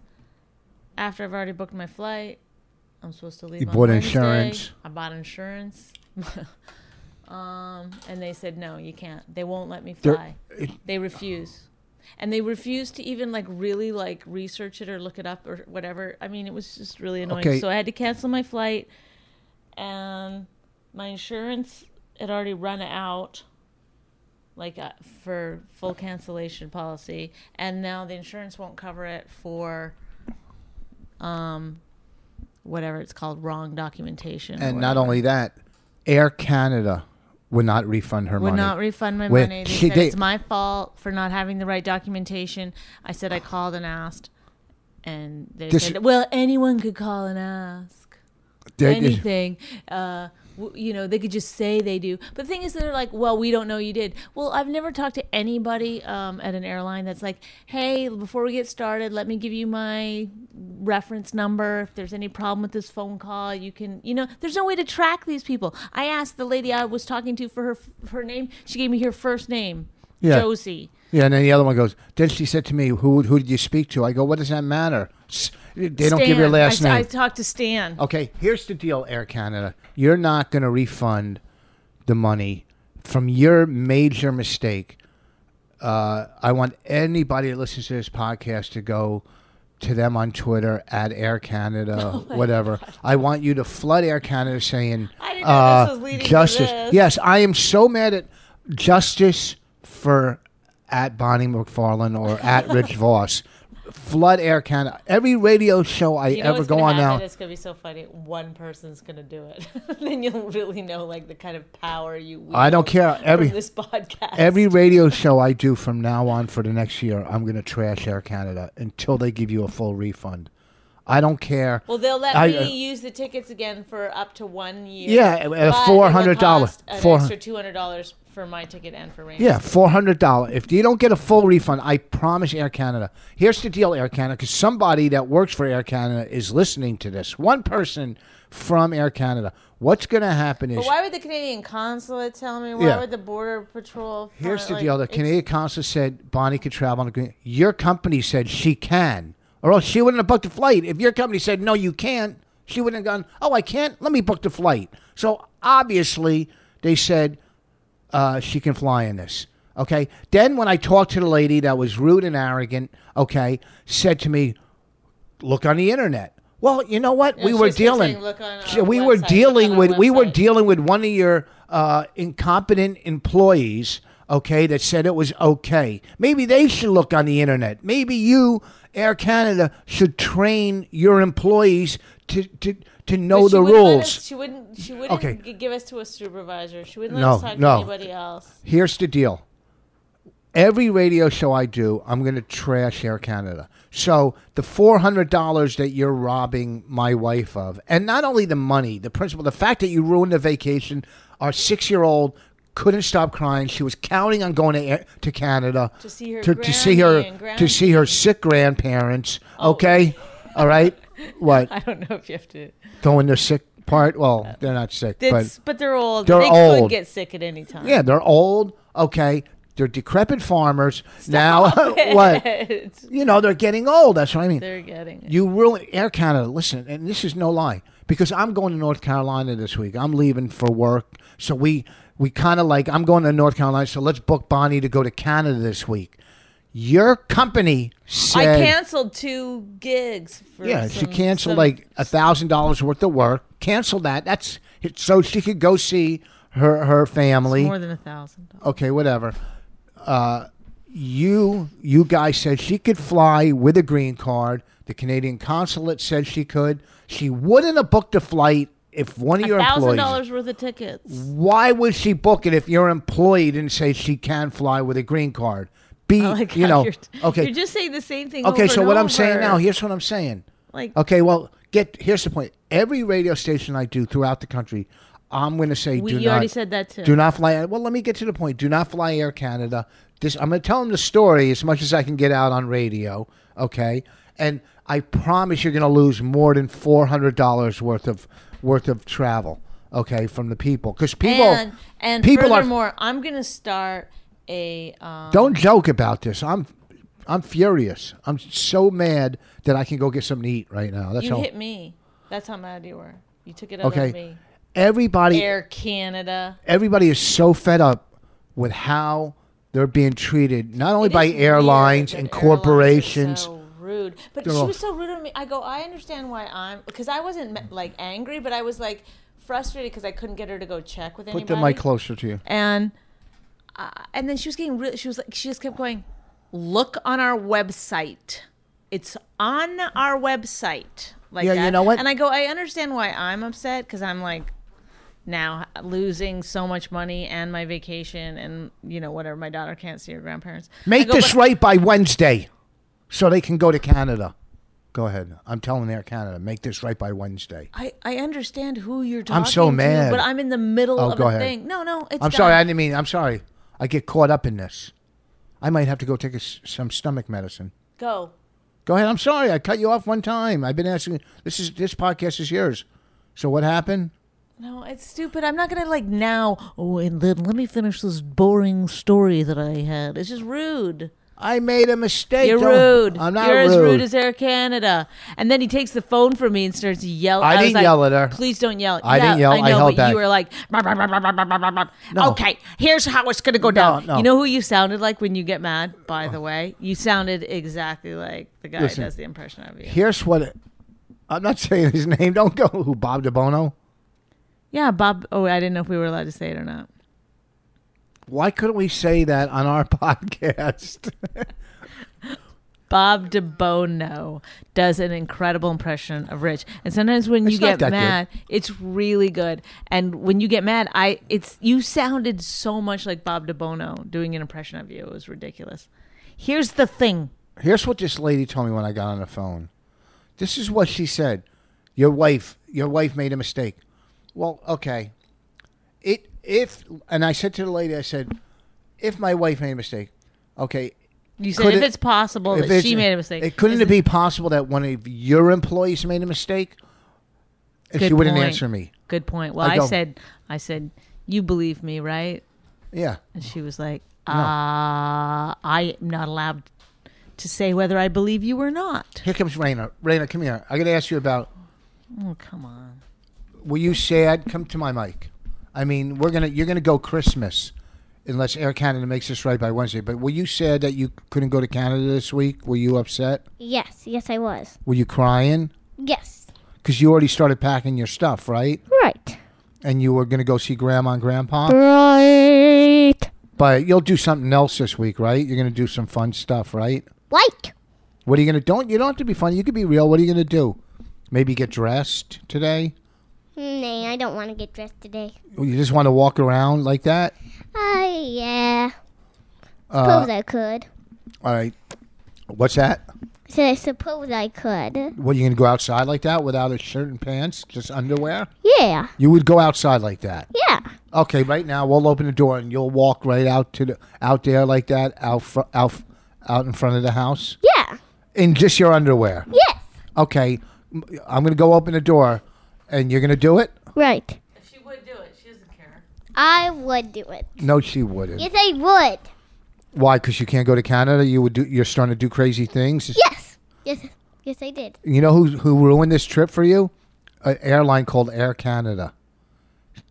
[SPEAKER 6] after I've already booked my flight. I'm supposed to leave.
[SPEAKER 5] You
[SPEAKER 6] on
[SPEAKER 5] bought
[SPEAKER 6] Wednesday.
[SPEAKER 5] insurance.
[SPEAKER 6] I bought insurance. um, and they said no, you can't. They won't let me
[SPEAKER 5] They're-
[SPEAKER 6] fly. they refuse, and they refuse to even like really like research it or look it up or whatever. I mean, it was just really annoying.
[SPEAKER 5] Okay.
[SPEAKER 6] So I had to cancel my flight, and my insurance had already run out like uh, for full cancellation policy and now the insurance won't cover it for um whatever it's called wrong documentation or
[SPEAKER 5] and not
[SPEAKER 6] whatever.
[SPEAKER 5] only that, Air Canada would not refund her
[SPEAKER 6] would
[SPEAKER 5] money.
[SPEAKER 6] not refund my
[SPEAKER 5] Wait,
[SPEAKER 6] money they
[SPEAKER 5] she-
[SPEAKER 6] said
[SPEAKER 5] they-
[SPEAKER 6] it's my fault for not having the right documentation i said i called and asked and they
[SPEAKER 5] This-
[SPEAKER 6] said well anyone could call and ask
[SPEAKER 5] They- they-
[SPEAKER 6] anything. Uh, w- you know, they could just say they do. But the thing is, they're like, well, we don't know you did. Well, I've never talked to anybody um, at an airline that's like, hey, before we get started, let me give you my reference number. If there's any problem with this phone call, you can, you know, there's no way to track these people. I asked the lady I was talking to for her f- her name. She gave me her first name,
[SPEAKER 5] Yeah.
[SPEAKER 6] Josie.
[SPEAKER 5] Yeah, and then the other one goes. Then she said to me, "Who who did you speak to?" I go, "What does that matter? S- They don't give your
[SPEAKER 6] Stan.
[SPEAKER 5] last
[SPEAKER 6] I,
[SPEAKER 5] name."
[SPEAKER 6] I talked to Stan.
[SPEAKER 5] Okay, here's the deal, Air Canada. You're not going to refund the money from your major mistake. Uh, I want anybody that listens to this podcast to go to them on Twitter at Air
[SPEAKER 6] Oh
[SPEAKER 5] Canada, whatever. I want you to flood Air Canada saying,
[SPEAKER 6] I didn't know
[SPEAKER 5] uh,
[SPEAKER 6] this was leading to
[SPEAKER 5] "Justice."
[SPEAKER 6] this.
[SPEAKER 5] Yes, I am so mad at justice for at Bonnie McFarlane or at Rich Voss. Flood Air Canada. Every radio show I
[SPEAKER 6] You know
[SPEAKER 5] ever
[SPEAKER 6] what's
[SPEAKER 5] go
[SPEAKER 6] gonna
[SPEAKER 5] on now.
[SPEAKER 6] happen? It's gonna be so funny. One person's gonna do it. then you'll really know like the kind of power you. Wield
[SPEAKER 5] I don't care. Every-
[SPEAKER 6] from this podcast.
[SPEAKER 5] Every radio show I do from now on for the next year, I'm going to trash Air Canada until they give you a full refund. I don't care.
[SPEAKER 6] well, they'll let
[SPEAKER 5] I-
[SPEAKER 6] me
[SPEAKER 5] uh,
[SPEAKER 6] use the tickets again for up to one year.
[SPEAKER 5] Yeah, at- at
[SPEAKER 6] but it would
[SPEAKER 5] $400.
[SPEAKER 6] cost An
[SPEAKER 5] Four-
[SPEAKER 6] extra two hundred dollars for my ticket and for Randy.
[SPEAKER 5] Yeah, four hundred dollar. If you don't get a full refund, I promise Air Canada. Here's the deal, Air Canada, because somebody that works for Air Canada is listening to this. One person from Air Canada. What's going to happen is
[SPEAKER 6] But why would the Canadian consulate tell me? Why
[SPEAKER 5] Yeah.
[SPEAKER 6] would the border patrol? find-
[SPEAKER 5] Here's the
[SPEAKER 6] like,
[SPEAKER 5] deal: the
[SPEAKER 6] it's-
[SPEAKER 5] Canadian consul said Bonnie could travel on the Green. Your company said she can, or else she wouldn't have booked the flight. If your company said no, you can't, she wouldn't have gone. Oh, I can't. Let me book the flight. So obviously, they said uh, she can fly in this. Okay. Then when I talked to the lady that was rude and arrogant, okay, said to me, "Look on the internet." Well, you know what? we
[SPEAKER 6] she
[SPEAKER 5] were
[SPEAKER 6] just kept
[SPEAKER 5] dealing.
[SPEAKER 6] saying, "Look on our
[SPEAKER 5] She- we
[SPEAKER 6] website,
[SPEAKER 5] were
[SPEAKER 6] look on
[SPEAKER 5] dealing
[SPEAKER 6] our
[SPEAKER 5] with. We were
[SPEAKER 6] website."
[SPEAKER 5] dealing with one of your uh, incompetent employees, okay, that said it was okay. Maybe they should look on the internet. Maybe you, Air Canada, should train your employees to to, to know
[SPEAKER 6] But she
[SPEAKER 5] the
[SPEAKER 6] wouldn't let us-
[SPEAKER 5] rules.
[SPEAKER 6] she wouldn't. She wouldn't
[SPEAKER 5] Okay.
[SPEAKER 6] g- give us to a supervisor. She wouldn't let
[SPEAKER 5] No,
[SPEAKER 6] us talk
[SPEAKER 5] no.
[SPEAKER 6] to anybody else.
[SPEAKER 5] Here's the deal. Every radio show I do, I'm going to trash Air Canada. So the four hundred dollars that you're robbing my wife of, and not only the money, the principal, the fact that you ruined the vacation. Our six year old couldn't stop crying. She was counting on going to air, to Canada
[SPEAKER 6] To see her
[SPEAKER 5] to, to see her
[SPEAKER 6] granny and Oh.
[SPEAKER 5] to see her sick grandparents. Okay, all right. What
[SPEAKER 6] I don't know if you have to.
[SPEAKER 5] going to sick part? Well, they're not sick,
[SPEAKER 6] It's,
[SPEAKER 5] but
[SPEAKER 6] but, they're old.
[SPEAKER 5] they're
[SPEAKER 6] they
[SPEAKER 5] old.
[SPEAKER 6] could get sick at any time.
[SPEAKER 5] Yeah, they're old. Okay, they're decrepit farmers now. what
[SPEAKER 6] It's-
[SPEAKER 5] you know, they're getting old. That's what I mean.
[SPEAKER 6] they're getting it.
[SPEAKER 5] you ruin Air Canada. Listen, and this is no lie. because I'm going to North Carolina this week. I'm leaving for work, so we we kind of like I'm going to North Carolina, so let's book Bonnie to go to Canada this week. Your company
[SPEAKER 6] I
[SPEAKER 5] said
[SPEAKER 6] canceled two gigs. For
[SPEAKER 5] yeah, she
[SPEAKER 6] some-
[SPEAKER 5] canceled
[SPEAKER 6] some-
[SPEAKER 5] like a thousand dollars worth of work. Cancel that. That's so she could go see her her family.
[SPEAKER 7] More than a thousand. dollars.
[SPEAKER 5] okay, whatever. Uh, you you guys said she could fly with a green card. The Canadian consulate said she could. She wouldn't have booked a flight if one of your
[SPEAKER 6] thousand
[SPEAKER 5] employees.
[SPEAKER 6] dollars worth of tickets.
[SPEAKER 5] Why would she book it if your employee didn't say she can fly with a green card? Be
[SPEAKER 6] Oh
[SPEAKER 7] I like
[SPEAKER 5] you
[SPEAKER 7] how
[SPEAKER 5] know
[SPEAKER 7] you're,
[SPEAKER 5] okay
[SPEAKER 7] You're just saying the same thing.
[SPEAKER 5] okay.
[SPEAKER 7] over
[SPEAKER 5] So
[SPEAKER 7] and
[SPEAKER 5] what I'm saying
[SPEAKER 7] over.
[SPEAKER 5] now? Here's what I'm saying.
[SPEAKER 6] Like
[SPEAKER 5] Okay, well, get here's the point. Every radio station I do throughout the country, I'm going to say
[SPEAKER 6] we,
[SPEAKER 5] do
[SPEAKER 6] you
[SPEAKER 5] not
[SPEAKER 6] already said that too.
[SPEAKER 5] do not fly. Well, let me get to the point. Do not fly Air Canada. This I'm going to tell them the story as much as I can get out on radio. Okay, and I promise you're going to lose more than four hundred dollars worth of worth of travel. Okay, from the people because people
[SPEAKER 6] and and
[SPEAKER 5] people
[SPEAKER 6] furthermore, I'm gonna start a um,
[SPEAKER 5] are don't joke about this. I'm I'm furious. I'm so mad that I can go get something to eat right now. That's
[SPEAKER 6] you
[SPEAKER 5] all.
[SPEAKER 6] hit me. That's how mad you were. You took it out
[SPEAKER 5] okay,
[SPEAKER 6] on me.
[SPEAKER 5] everybody.
[SPEAKER 6] Air Canada.
[SPEAKER 5] everybody is so fed up with how they're being treated, not only
[SPEAKER 6] It
[SPEAKER 5] by
[SPEAKER 6] is
[SPEAKER 5] airlines
[SPEAKER 6] weird
[SPEAKER 5] and
[SPEAKER 6] that
[SPEAKER 5] corporations.
[SPEAKER 6] airlines are so rude, but she
[SPEAKER 5] all-
[SPEAKER 6] was so rude to me. I go, I understand why I'm because I wasn't ma- like angry, but I was like frustrated because I couldn't get her to go check with anybody.
[SPEAKER 5] Put the mic closer to you.
[SPEAKER 6] and uh, and then she was getting really. She was like, she just kept going. Look on our website. It's on our website. Like
[SPEAKER 5] Yeah, you
[SPEAKER 6] that.
[SPEAKER 5] know what?
[SPEAKER 6] And I go, I understand why I'm upset because I'm like now losing so much money and my vacation and you know whatever my daughter can't see her grandparents I
[SPEAKER 5] Make
[SPEAKER 6] go,
[SPEAKER 5] this
[SPEAKER 6] "But
[SPEAKER 5] right by Wednesday, so they can go to Canada. Go ahead. I'm telling Air Canada, make this right by Wednesday.
[SPEAKER 6] I, I understand who you're talking
[SPEAKER 5] I'm so
[SPEAKER 6] to,
[SPEAKER 5] mad.
[SPEAKER 6] but I'm in the middle
[SPEAKER 5] Oh,
[SPEAKER 6] of
[SPEAKER 5] go
[SPEAKER 6] a
[SPEAKER 5] ahead.
[SPEAKER 6] thing. No, no, it's
[SPEAKER 5] I'm sorry.
[SPEAKER 6] done.
[SPEAKER 5] I didn't mean. I'm sorry. I get caught up in this. I might have to go take a s some stomach medicine.
[SPEAKER 6] Go.
[SPEAKER 5] Go ahead. I'm sorry. I cut you off one time. I've been asking. This is this podcast is yours. So what happened?
[SPEAKER 6] No, it's stupid. I'm not gonna like now. Oh, and then let me finish this boring story that I had. It's just rude.
[SPEAKER 5] I made a mistake.
[SPEAKER 6] You're
[SPEAKER 5] Don't-
[SPEAKER 6] rude.
[SPEAKER 5] I'm not
[SPEAKER 6] You're as rude as Air Canada. And then he takes the phone from me and starts yelling.
[SPEAKER 5] I
[SPEAKER 6] was
[SPEAKER 5] didn't
[SPEAKER 6] like,
[SPEAKER 5] yell at her.
[SPEAKER 6] Please don't yell.
[SPEAKER 5] I
[SPEAKER 6] Yeah,
[SPEAKER 5] didn't yell. I
[SPEAKER 6] I know,
[SPEAKER 5] held
[SPEAKER 6] but
[SPEAKER 5] back.
[SPEAKER 6] you were like, "Bah, bah, bah, bah, bah, bah, bah, bah,
[SPEAKER 5] No.
[SPEAKER 6] bah." okay, here's how it's gonna go down.
[SPEAKER 5] no. Oh.
[SPEAKER 6] You know who you sounded like when you get mad? By the way, you sounded exactly like the guy
[SPEAKER 5] Listen.
[SPEAKER 6] who does the impression of you.
[SPEAKER 5] Here's what I'm not saying his name. Don't go who Bob DeBono.
[SPEAKER 6] Yeah, Bob. Oh, I didn't know if we were allowed to say it or not.
[SPEAKER 5] Why couldn't we say that on our podcast?
[SPEAKER 6] Bob DeBono does an incredible impression of Rich, and sometimes when
[SPEAKER 5] It's
[SPEAKER 6] you
[SPEAKER 5] not
[SPEAKER 6] get
[SPEAKER 5] that good.
[SPEAKER 6] mad, it's really good. And when you get mad, I it's you sounded so much like Bob DeBono doing an impression of you. It was ridiculous. Here's the thing.
[SPEAKER 5] Here's what this lady told me when I got on the phone. This is what she said. Your wife, your wife made a mistake. Well, okay. It if and I said to the lady, I said, if my wife made a mistake, okay.
[SPEAKER 6] You said
[SPEAKER 5] Could
[SPEAKER 6] if
[SPEAKER 5] it-
[SPEAKER 6] it's possible
[SPEAKER 5] if
[SPEAKER 6] Oh, that
[SPEAKER 5] it's-
[SPEAKER 6] she made a mistake,
[SPEAKER 5] It couldn't
[SPEAKER 6] Is
[SPEAKER 5] it be possible that one of your employees made a mistake? And
[SPEAKER 6] Good
[SPEAKER 5] she wouldn't
[SPEAKER 6] point.
[SPEAKER 5] answer me.
[SPEAKER 6] Good point. Well,
[SPEAKER 5] I
[SPEAKER 6] I,
[SPEAKER 5] don't-
[SPEAKER 6] said, I said, you believe me, right?
[SPEAKER 5] Yeah.
[SPEAKER 6] And she was like, uh, I am not allowed to say whether I believe you or not.
[SPEAKER 5] Here comes Raina. Raina, come here. I got to ask you about.
[SPEAKER 6] Oh, come on.
[SPEAKER 5] Were you sad? Come to my mic. I mean, we're gonna. You're gonna go Christmas, unless Air Canada makes this right by Wednesday. But were you sad that you couldn't go to Canada this week? Were you upset?
[SPEAKER 8] Yes, yes, I was.
[SPEAKER 5] Were you crying?
[SPEAKER 8] Yes.
[SPEAKER 5] Because you already started packing your stuff, right?
[SPEAKER 8] Right.
[SPEAKER 5] And you were gonna go see Grandma and Grandpa.
[SPEAKER 8] Right.
[SPEAKER 5] But you'll do something else this week, right? You're gonna do some fun stuff, right?
[SPEAKER 8] Right.
[SPEAKER 5] What are you gonna? Don't you don't have to be funny. You could be real. What are you gonna do? Maybe get dressed today.
[SPEAKER 8] Nay, I don't want to get dressed today.
[SPEAKER 5] You just want to walk around like that.
[SPEAKER 8] Oh, yeah.
[SPEAKER 5] Uh,
[SPEAKER 8] Suppose I could.
[SPEAKER 5] All right. What's that?
[SPEAKER 8] I said, I suppose I could.
[SPEAKER 5] What, you going to go outside like that without a shirt and pants, just underwear?
[SPEAKER 8] Yeah.
[SPEAKER 5] You would go outside like that.
[SPEAKER 8] Yeah.
[SPEAKER 5] Okay, right now we'll open the door and you'll walk right out to the out there like that, out fr- out f- out in front of the house
[SPEAKER 8] Yeah.
[SPEAKER 5] in just your underwear.
[SPEAKER 8] Yes.
[SPEAKER 5] Okay, m- I'm going to go open the door and you're going to do it?
[SPEAKER 8] Right.
[SPEAKER 7] If she would do it, she doesn't care.
[SPEAKER 8] I would do it.
[SPEAKER 5] No, she wouldn't. Why?
[SPEAKER 8] Yes, I would.
[SPEAKER 5] 'Cause Why? Cuz you can't go to Canada. You would do you're starting to do crazy things.
[SPEAKER 8] Yes. Yes. Yes, I did.
[SPEAKER 5] You know who who ruined this trip for you? an airline called Air Canada.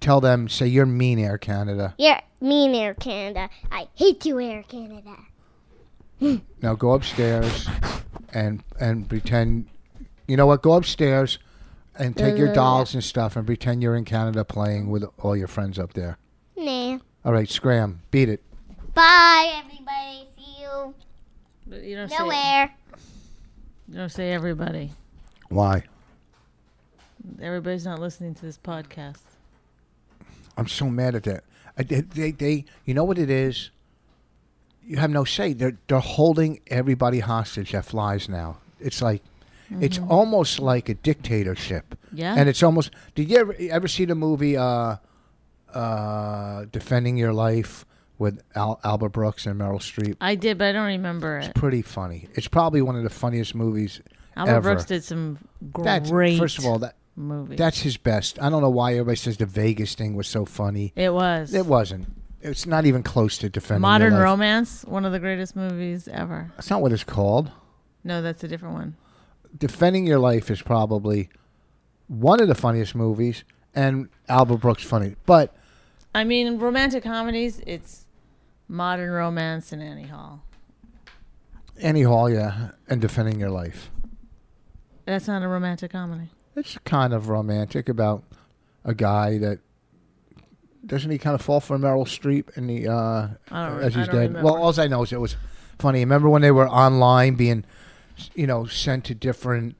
[SPEAKER 5] Tell them, say you're mean, Air Canada.
[SPEAKER 8] You're mean, Air Canada. I hate you, Air Canada.
[SPEAKER 5] Now go upstairs and and pretend. You know what? Go upstairs and take your dolls and stuff and pretend you're in Canada playing with all your friends up there.
[SPEAKER 8] Nah.
[SPEAKER 5] All right, scram, beat it.
[SPEAKER 8] Bye, everybody. See you
[SPEAKER 6] But you don't say
[SPEAKER 8] nowhere.
[SPEAKER 6] you don't say everybody.
[SPEAKER 5] Why?
[SPEAKER 6] Everybody's not listening to this podcast.
[SPEAKER 5] I'm so mad at that. I, they, they, they, you know what it is. You have no say. They're they're holding everybody hostage that flies now. It's like, it's almost like a dictatorship.
[SPEAKER 6] Mm-hmm. Yeah.
[SPEAKER 5] And it's almost. Did you ever ever see the movie uh, uh, "Defending Your Life" with Al, Albert Brooks and Meryl Streep?
[SPEAKER 6] I did, but I don't remember it.
[SPEAKER 5] Pretty funny. It's probably one of the funniest movies
[SPEAKER 6] Albert
[SPEAKER 5] ever.
[SPEAKER 6] Brooks did some great
[SPEAKER 5] That's first of all that
[SPEAKER 6] movies.
[SPEAKER 5] that's his best. I don't know why everybody says the Vegas thing was so funny.
[SPEAKER 6] it was.
[SPEAKER 5] It wasn't. It's not even close to defending
[SPEAKER 6] Modern
[SPEAKER 5] your life.
[SPEAKER 6] Romance, one of the greatest movies ever.
[SPEAKER 5] That's not what it's called.
[SPEAKER 6] No, that's a different one.
[SPEAKER 5] Defending Your Life is probably one of the funniest movies, and Albert Brooks funny. But
[SPEAKER 6] I mean, romantic comedies, it's Modern Romance and Annie Hall.
[SPEAKER 5] Annie Hall, yeah, and Defending Your Life.
[SPEAKER 6] That's not a romantic comedy.
[SPEAKER 5] It's kind of romantic about a guy that doesn't he kind of fall for Meryl Streep in the uh,
[SPEAKER 6] I don't re-
[SPEAKER 5] as
[SPEAKER 6] I
[SPEAKER 5] he's
[SPEAKER 6] don't
[SPEAKER 5] dead.
[SPEAKER 6] remember.
[SPEAKER 5] Well, all I know is it was funny. Remember when they were online being, you know, sent to different.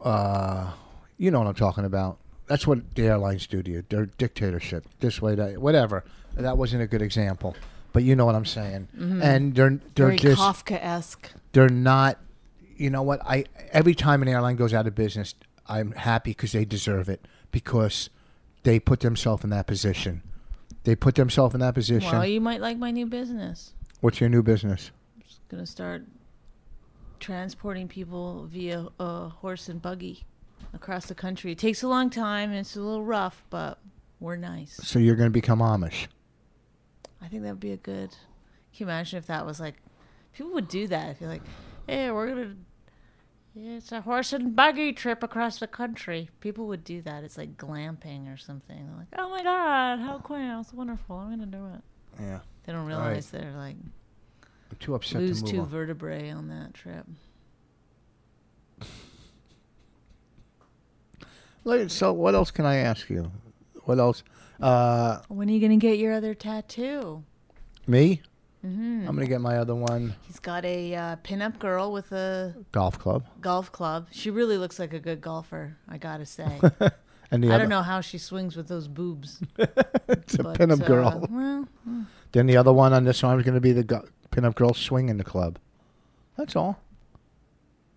[SPEAKER 5] Uh, you know what I'm talking about. That's what the airlines do to you. They're dictatorship. This way, that whatever. That wasn't a good example, but you know what I'm saying. And they're they're
[SPEAKER 6] Mm-hmm. Very
[SPEAKER 5] just
[SPEAKER 6] Kafka esque.
[SPEAKER 5] they're not you know what i every time an airline goes out of business i'm happy because they deserve it because they put themselves in that position they put themselves in that position
[SPEAKER 6] Well, you might like my new business.
[SPEAKER 5] what's your new business
[SPEAKER 6] gonna start transporting people via uh, horse and buggy across the country. It takes a long time and it's a little rough, but we're nice.
[SPEAKER 5] so you're going to become amish
[SPEAKER 6] I think that would be a good. Can you imagine if that was like, people would do that if you're like, hey, we're gonna. It's a horse and buggy trip across the country. People would do that. It's like glamping or something. They're like, oh my god, how quaint! It's wonderful. I'm gonna do it.
[SPEAKER 5] yeah
[SPEAKER 6] They don't
[SPEAKER 5] right.
[SPEAKER 6] realize they're like
[SPEAKER 5] i'm too upset
[SPEAKER 6] lose
[SPEAKER 5] to move
[SPEAKER 6] two
[SPEAKER 5] on.
[SPEAKER 6] vertebrae on that trip.
[SPEAKER 5] Look, so what else can i ask you what else uh
[SPEAKER 6] When are you gonna get your other tattoo?
[SPEAKER 5] me
[SPEAKER 6] Mm-hmm.
[SPEAKER 5] i'm going to get my other one
[SPEAKER 6] He's got a uh, pinup girl with a
[SPEAKER 5] golf club
[SPEAKER 6] golf club. She really looks like a good golfer, I gotta say.
[SPEAKER 5] and the
[SPEAKER 6] I
[SPEAKER 5] other
[SPEAKER 6] don't know how she swings with those boobs.
[SPEAKER 5] it's a
[SPEAKER 6] but,
[SPEAKER 5] pinup
[SPEAKER 6] uh,
[SPEAKER 5] girl
[SPEAKER 6] Well,
[SPEAKER 5] then the other one on this arm is going to be the go- pinup girl swinging the club that's all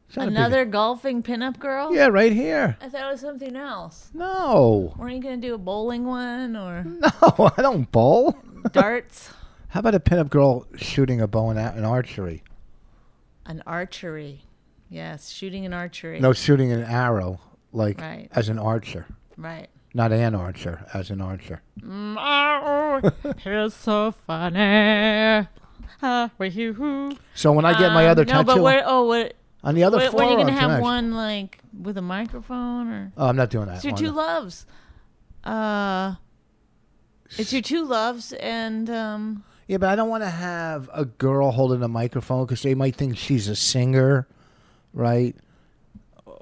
[SPEAKER 5] It's not a big-
[SPEAKER 6] another golfing pinup girl.
[SPEAKER 5] Yeah, right here.
[SPEAKER 6] I thought it was something else.
[SPEAKER 5] No.
[SPEAKER 6] Weren't you gonna do a bowling one or
[SPEAKER 5] No, I don't bowl.
[SPEAKER 6] darts?
[SPEAKER 5] How about a pinup girl shooting a bow and a- an archery?
[SPEAKER 6] An archery. Yes, shooting an archery.
[SPEAKER 5] No, shooting an arrow, like
[SPEAKER 6] Right.
[SPEAKER 5] as an archer,
[SPEAKER 6] Right.
[SPEAKER 5] not an archer, as an archer.
[SPEAKER 6] It's so funny. Ah, wee hoo hoo.
[SPEAKER 5] So when I get my other
[SPEAKER 6] Um, no,
[SPEAKER 5] tattoo
[SPEAKER 6] but where? Oh, what?
[SPEAKER 5] on the other
[SPEAKER 6] Wait, were
[SPEAKER 5] forearm,
[SPEAKER 6] you gonna
[SPEAKER 5] can I
[SPEAKER 6] have
[SPEAKER 5] ask-
[SPEAKER 6] one like with a microphone or?
[SPEAKER 5] Oh, I'm not doing that.
[SPEAKER 6] It's your
[SPEAKER 5] one.
[SPEAKER 6] two loves. Uh, it's your two loves, and um,
[SPEAKER 5] yeah, but I don't want to have a girl holding a microphone because they might think she's a singer, right?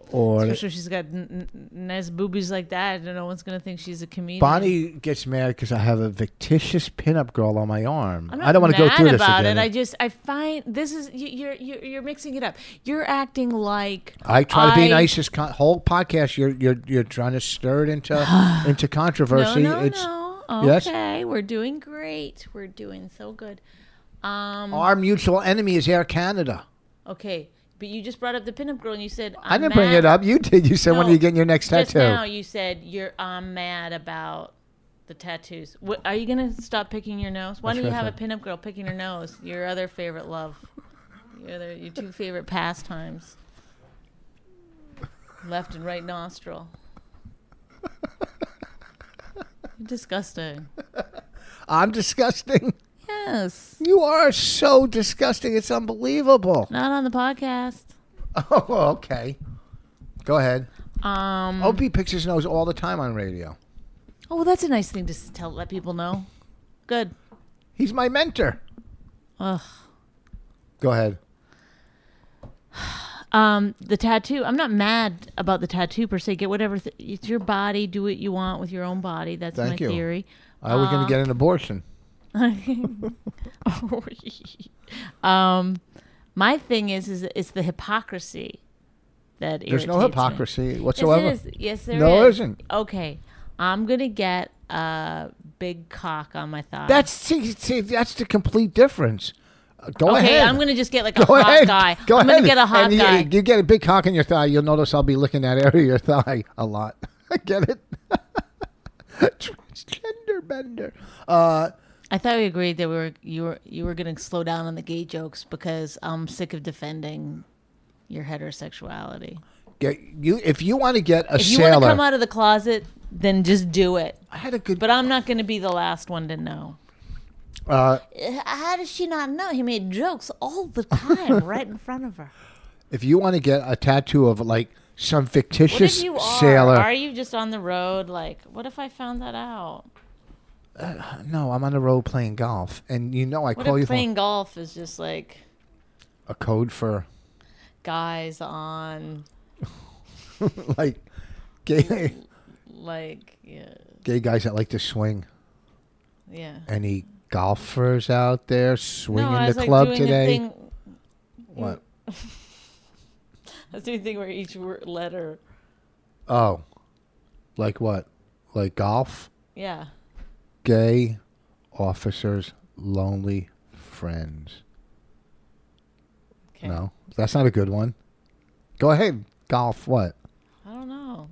[SPEAKER 5] Or
[SPEAKER 6] especially if she's got n- n- nice boobies like that. No one's gonna think she's a comedian.
[SPEAKER 5] Bonnie gets mad because I have a fictitious pinup girl on my arm.
[SPEAKER 6] I'm
[SPEAKER 5] I don't want to go
[SPEAKER 6] mad
[SPEAKER 5] through this
[SPEAKER 6] about
[SPEAKER 5] again.
[SPEAKER 6] it. I just I find this is you, you're, you're you're mixing it up. You're acting like
[SPEAKER 5] I try to be
[SPEAKER 6] I-
[SPEAKER 5] nice. This con- whole podcast, you're you're you're trying to stir it into into
[SPEAKER 6] No,
[SPEAKER 5] controversy.
[SPEAKER 6] no,
[SPEAKER 5] it's
[SPEAKER 6] no.
[SPEAKER 5] Yes?
[SPEAKER 6] Okay, we're doing great. We're doing so good. Um,
[SPEAKER 5] our mutual enemy is Air Canada.
[SPEAKER 6] okay, but you just brought up the pinup girl, and you said
[SPEAKER 5] I
[SPEAKER 6] I'm
[SPEAKER 5] didn't bring
[SPEAKER 6] mad
[SPEAKER 5] it up. You did. You said when are
[SPEAKER 6] No,
[SPEAKER 5] you getting your next
[SPEAKER 6] Just
[SPEAKER 5] tattoo?
[SPEAKER 6] now you said you're I'm mad about the tattoos. What, are you gonna stop picking your nose? Why don't you
[SPEAKER 5] what I
[SPEAKER 6] have a pinup girl picking her nose? Your other favorite love, your other your two favorite pastimes, left and right nostril. You're disgusting.
[SPEAKER 5] I'm disgusting.
[SPEAKER 6] Yes,
[SPEAKER 5] You are so disgusting. It's unbelievable.
[SPEAKER 6] not on the podcast.
[SPEAKER 5] Oh, okay. Go ahead.
[SPEAKER 6] Um,
[SPEAKER 5] OP Pictures knows all the time on radio.
[SPEAKER 6] oh, well, that's a nice thing to s- tell let people know. Good.
[SPEAKER 5] He's my mentor.
[SPEAKER 6] Ugh.
[SPEAKER 5] Go ahead.
[SPEAKER 6] Um, the tattoo. I'm not mad about the tattoo per se. Get whatever. Th- it's your body. Do what you want with your own body. That's
[SPEAKER 5] Thank
[SPEAKER 6] my
[SPEAKER 5] you.
[SPEAKER 6] theory.
[SPEAKER 5] Are we going to get an abortion?
[SPEAKER 6] um, my thing is, is it's the hypocrisy that
[SPEAKER 5] There's no
[SPEAKER 6] irritates me.
[SPEAKER 5] hypocrisy
[SPEAKER 6] Yes, there
[SPEAKER 5] whatsoever.
[SPEAKER 6] is. Yes, there
[SPEAKER 5] No, there
[SPEAKER 6] is.
[SPEAKER 5] isn't.
[SPEAKER 6] Okay, I'm gonna get a big cock on my thigh.
[SPEAKER 5] That's see, see, that's the complete difference. Uh, go
[SPEAKER 6] okay.
[SPEAKER 5] ahead.
[SPEAKER 6] I'm gonna just get like a
[SPEAKER 5] Go
[SPEAKER 6] hot
[SPEAKER 5] ahead.
[SPEAKER 6] guy.
[SPEAKER 5] Go
[SPEAKER 6] I'm
[SPEAKER 5] ahead.
[SPEAKER 6] gonna get a hot
[SPEAKER 5] And you-
[SPEAKER 6] guy.
[SPEAKER 5] You, get a big cock in your thigh. You'll notice I'll be licking that area of your thigh a lot. get it? Transgender bender. Uh,
[SPEAKER 6] I thought we agreed that we were you were you were gonna slow down on the gay jokes because I'm sick of defending your heterosexuality.
[SPEAKER 5] get, you if you want to get a
[SPEAKER 6] If you want
[SPEAKER 5] sailor.
[SPEAKER 6] to come out of the closet, then just do it.
[SPEAKER 5] I had a good.
[SPEAKER 6] But I'm not going to be the last one to know.
[SPEAKER 5] uh,
[SPEAKER 6] How does she not know? He made jokes all the time right in front of her.
[SPEAKER 5] if you want to get a tattoo of like some
[SPEAKER 6] What if
[SPEAKER 5] fictitious
[SPEAKER 6] you are?
[SPEAKER 5] sailor.
[SPEAKER 6] Are you just on the road? Like, what if I found that out?
[SPEAKER 5] no, I'm on the road playing golf, and you know I
[SPEAKER 6] What
[SPEAKER 5] call you
[SPEAKER 6] if
[SPEAKER 5] for
[SPEAKER 6] playing golf is just like
[SPEAKER 5] a code for
[SPEAKER 6] guys on
[SPEAKER 5] like gay
[SPEAKER 6] like yeah,
[SPEAKER 5] gay guys that like to swing.
[SPEAKER 6] yeah.
[SPEAKER 5] Any golfers out there swinging
[SPEAKER 6] I
[SPEAKER 5] the
[SPEAKER 6] was, like,
[SPEAKER 5] club
[SPEAKER 6] doing the
[SPEAKER 5] today?
[SPEAKER 6] thing-
[SPEAKER 5] What?
[SPEAKER 6] I was doing the thing where each word, letter,
[SPEAKER 5] Oh, like what? Like golf?
[SPEAKER 6] yeah.
[SPEAKER 5] Gay officers, lonely friends.
[SPEAKER 6] Okay.
[SPEAKER 5] No, that's not a good one. Go ahead, golf. What?
[SPEAKER 6] I don't know.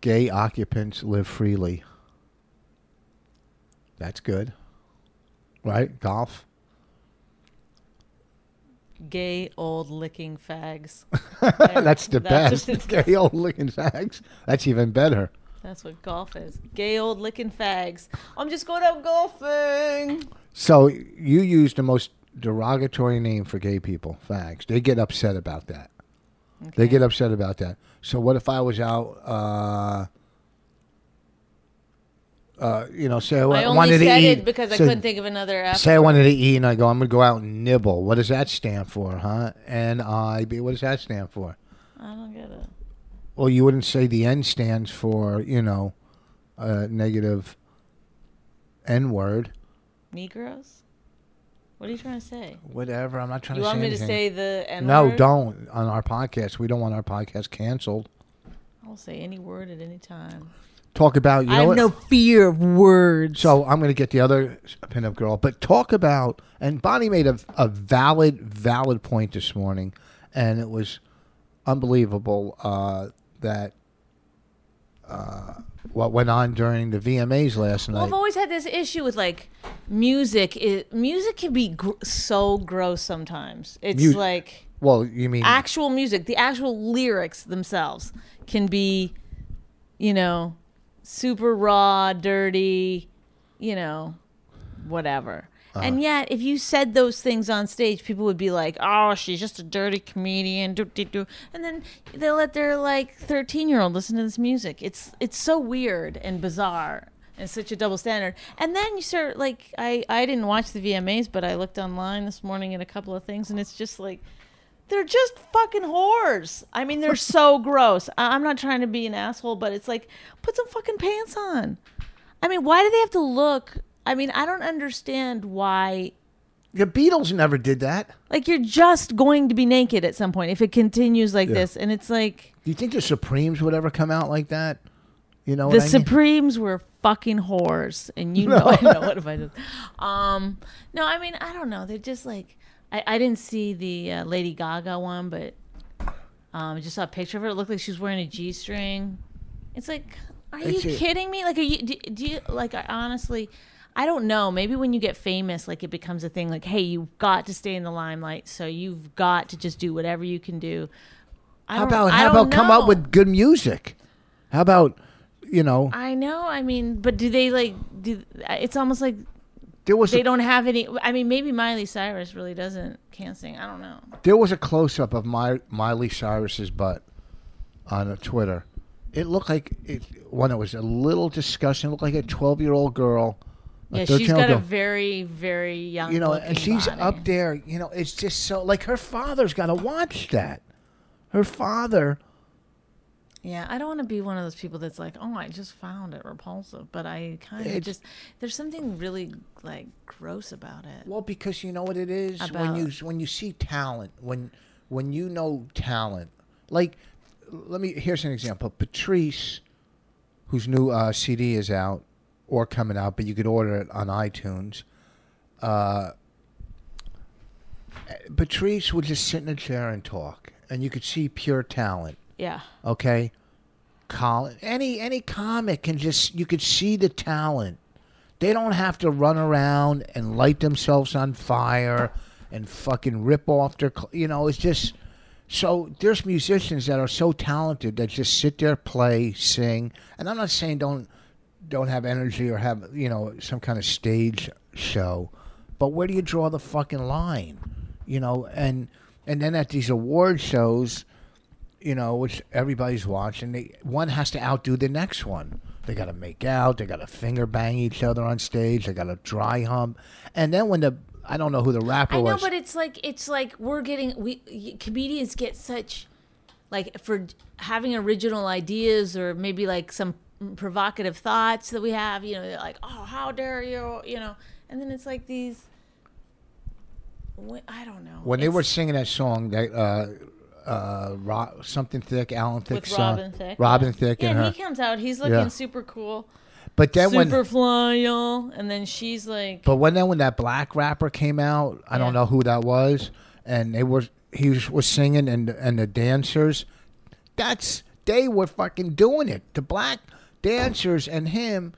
[SPEAKER 5] Gay occupants live freely. That's good. Right? Golf.
[SPEAKER 6] Gay old licking fags.
[SPEAKER 5] That's the
[SPEAKER 6] That's
[SPEAKER 5] best.
[SPEAKER 6] just-
[SPEAKER 5] Gay old looking fags. That's even better.
[SPEAKER 6] That's what golf is. Gay old licking fags. I'm just going out golfing.
[SPEAKER 5] So you use the most derogatory name for gay people, fags. They get upset about that. They get upset about that. So what if I was out, uh, uh, you know, say I wa-
[SPEAKER 6] I only
[SPEAKER 5] wanted to
[SPEAKER 6] said
[SPEAKER 5] eat,
[SPEAKER 6] it because I
[SPEAKER 5] say-
[SPEAKER 6] couldn't think of another app.
[SPEAKER 5] Say I wanted to eat, and I go, I'm gonna go out and nibble. What does that stand for, huh? N I B. What does that stand for?
[SPEAKER 6] I don't get it.
[SPEAKER 5] Well, you wouldn't say the N stands for, you know, uh, negative N word.
[SPEAKER 6] Negroes? What are you trying to say?
[SPEAKER 5] Whatever. I'm not trying
[SPEAKER 6] You
[SPEAKER 5] to say
[SPEAKER 6] want me to
[SPEAKER 5] anything.
[SPEAKER 6] say the N
[SPEAKER 5] No,
[SPEAKER 6] word?
[SPEAKER 5] don't on our podcast. We don't want our podcast canceled.
[SPEAKER 6] I will say any word at any time.
[SPEAKER 5] Talk about you
[SPEAKER 6] I
[SPEAKER 5] know
[SPEAKER 6] have
[SPEAKER 5] what?
[SPEAKER 6] no fear of words.
[SPEAKER 5] so I'm going to get the other pinup girl, but talk about and Bonnie made a a valid valid point this morning, and it was unbelievable uh, that uh, what went on during the VMAs last
[SPEAKER 6] Well, I've
[SPEAKER 5] night.
[SPEAKER 6] always had this issue with like music. It, music can be gr- so gross sometimes. It's
[SPEAKER 5] Music.
[SPEAKER 6] like
[SPEAKER 5] Well, you mean
[SPEAKER 6] actual music, the actual lyrics themselves can be, you know, super raw, dirty, you know, whatever. And yet, if you said those things on stage, people would be like, "Oh, she's just a dirty comedian." doo, doo, doo." And then they let their like thirteen-year-old listen to this music. It's it's so weird and bizarre and such a double standard. And then you start like I I didn't watch the VMAs, but I looked online this morning at a couple of things, and it's just like they're just fucking whores. I mean, they're so gross. I- I'm not trying to be an asshole, but it's like, put some fucking pants on. I mean, why do they have to look? I mean, I don't understand why.
[SPEAKER 5] the Beatles never did that?
[SPEAKER 6] Like, you're just going to be naked at some point if it continues like this. And it's like,
[SPEAKER 5] Do you think the Supremes would ever come out like that? You know,
[SPEAKER 6] the
[SPEAKER 5] what I mean?
[SPEAKER 6] Supremes were fucking whores, and you know, I know what if I did. Um, no, I mean, I don't know. They're just like, I, I didn't see the uh, Lady Gaga one, but um, I just saw a picture of her. It looked like she was wearing a g-string. It's like, are
[SPEAKER 5] It's
[SPEAKER 6] you
[SPEAKER 5] a-
[SPEAKER 6] kidding me? Like, are you do, do you like? I honestly, I don't know. Maybe when you get famous, like it becomes a thing. Like, hey, you've got to stay in the limelight, so you've got to just do whatever you can do. I
[SPEAKER 5] How
[SPEAKER 6] don't-
[SPEAKER 5] about
[SPEAKER 6] I
[SPEAKER 5] how
[SPEAKER 6] don't
[SPEAKER 5] about come up
[SPEAKER 6] know.
[SPEAKER 5] with good music? How about you know
[SPEAKER 6] I know. I mean, but do they like do? It's uh, almost like
[SPEAKER 5] There was
[SPEAKER 6] They
[SPEAKER 5] a,
[SPEAKER 6] don't have any. I mean, maybe Miley Cyrus really doesn't can sing. I don't know.
[SPEAKER 5] there was a close up of my Miley Cyrus's butt on a Twitter. It looked like it when it was a little disgusting. It looked like a twelve year old girl. a
[SPEAKER 6] Yeah, she's
[SPEAKER 5] 13-year-old
[SPEAKER 6] got a
[SPEAKER 5] girl.
[SPEAKER 6] very, very young.
[SPEAKER 5] you know, and
[SPEAKER 6] looking
[SPEAKER 5] she's
[SPEAKER 6] body.
[SPEAKER 5] up there. You know, it's just so like her father's got to watch that. Her father,
[SPEAKER 6] Yeah, I don't want to be one of those people that's like, oh, I just found it repulsive, but I kind of
[SPEAKER 5] It's-
[SPEAKER 6] just there's something really like gross about it.
[SPEAKER 5] well, because you know what it is when
[SPEAKER 6] About-
[SPEAKER 5] you when you see talent when when you know talent. Like, let me here's an example: Patrice, whose new uh, CD is out or coming out, but you could order it on iTunes. Uh, Patrice would just sit in a chair and talk, and you could see pure talent.
[SPEAKER 6] Yeah,
[SPEAKER 5] okay colin any any comic can just you could see the talent they don't have to run around and light themselves on fire and fucking rip off their cl- you know it's just so there's musicians that are so talented that just sit there play sing and i'm not saying don't don't have energy or have you know some kind of stage show but where do you draw the fucking line you know and and then at these award shows you know, which everybody's watching. They, one has to outdo the next one. They got to make out. They got to finger bang each other on stage. They got to dry hump. And then when the I don't know who the rapper
[SPEAKER 6] I know,
[SPEAKER 5] was.
[SPEAKER 6] but it's like it's like we're getting we y- comedians get such like for having original ideas or maybe like some provocative thoughts that we have. You know, they're like, oh, how dare you? You know, and then it's like these. wh- I don't know.
[SPEAKER 5] when they
[SPEAKER 6] It's-
[SPEAKER 5] were singing that song, that uh, uh, Ro- something thick, Alan Thick
[SPEAKER 6] with
[SPEAKER 5] song,
[SPEAKER 6] Robin Thicke.
[SPEAKER 5] uh, Robin
[SPEAKER 6] yeah.
[SPEAKER 5] Thicke,
[SPEAKER 6] Yeah,
[SPEAKER 5] and
[SPEAKER 6] and
[SPEAKER 5] her.
[SPEAKER 6] he comes out. He's looking
[SPEAKER 5] Yeah.
[SPEAKER 6] super cool,
[SPEAKER 5] but then when
[SPEAKER 6] super fly, y'all. And then she's like,
[SPEAKER 5] But when then when that black rapper came out, I don't
[SPEAKER 6] Yeah.
[SPEAKER 5] know who that was, and they were he was, was singing and and the dancers, that's they were fucking doing it. The black dancers and him,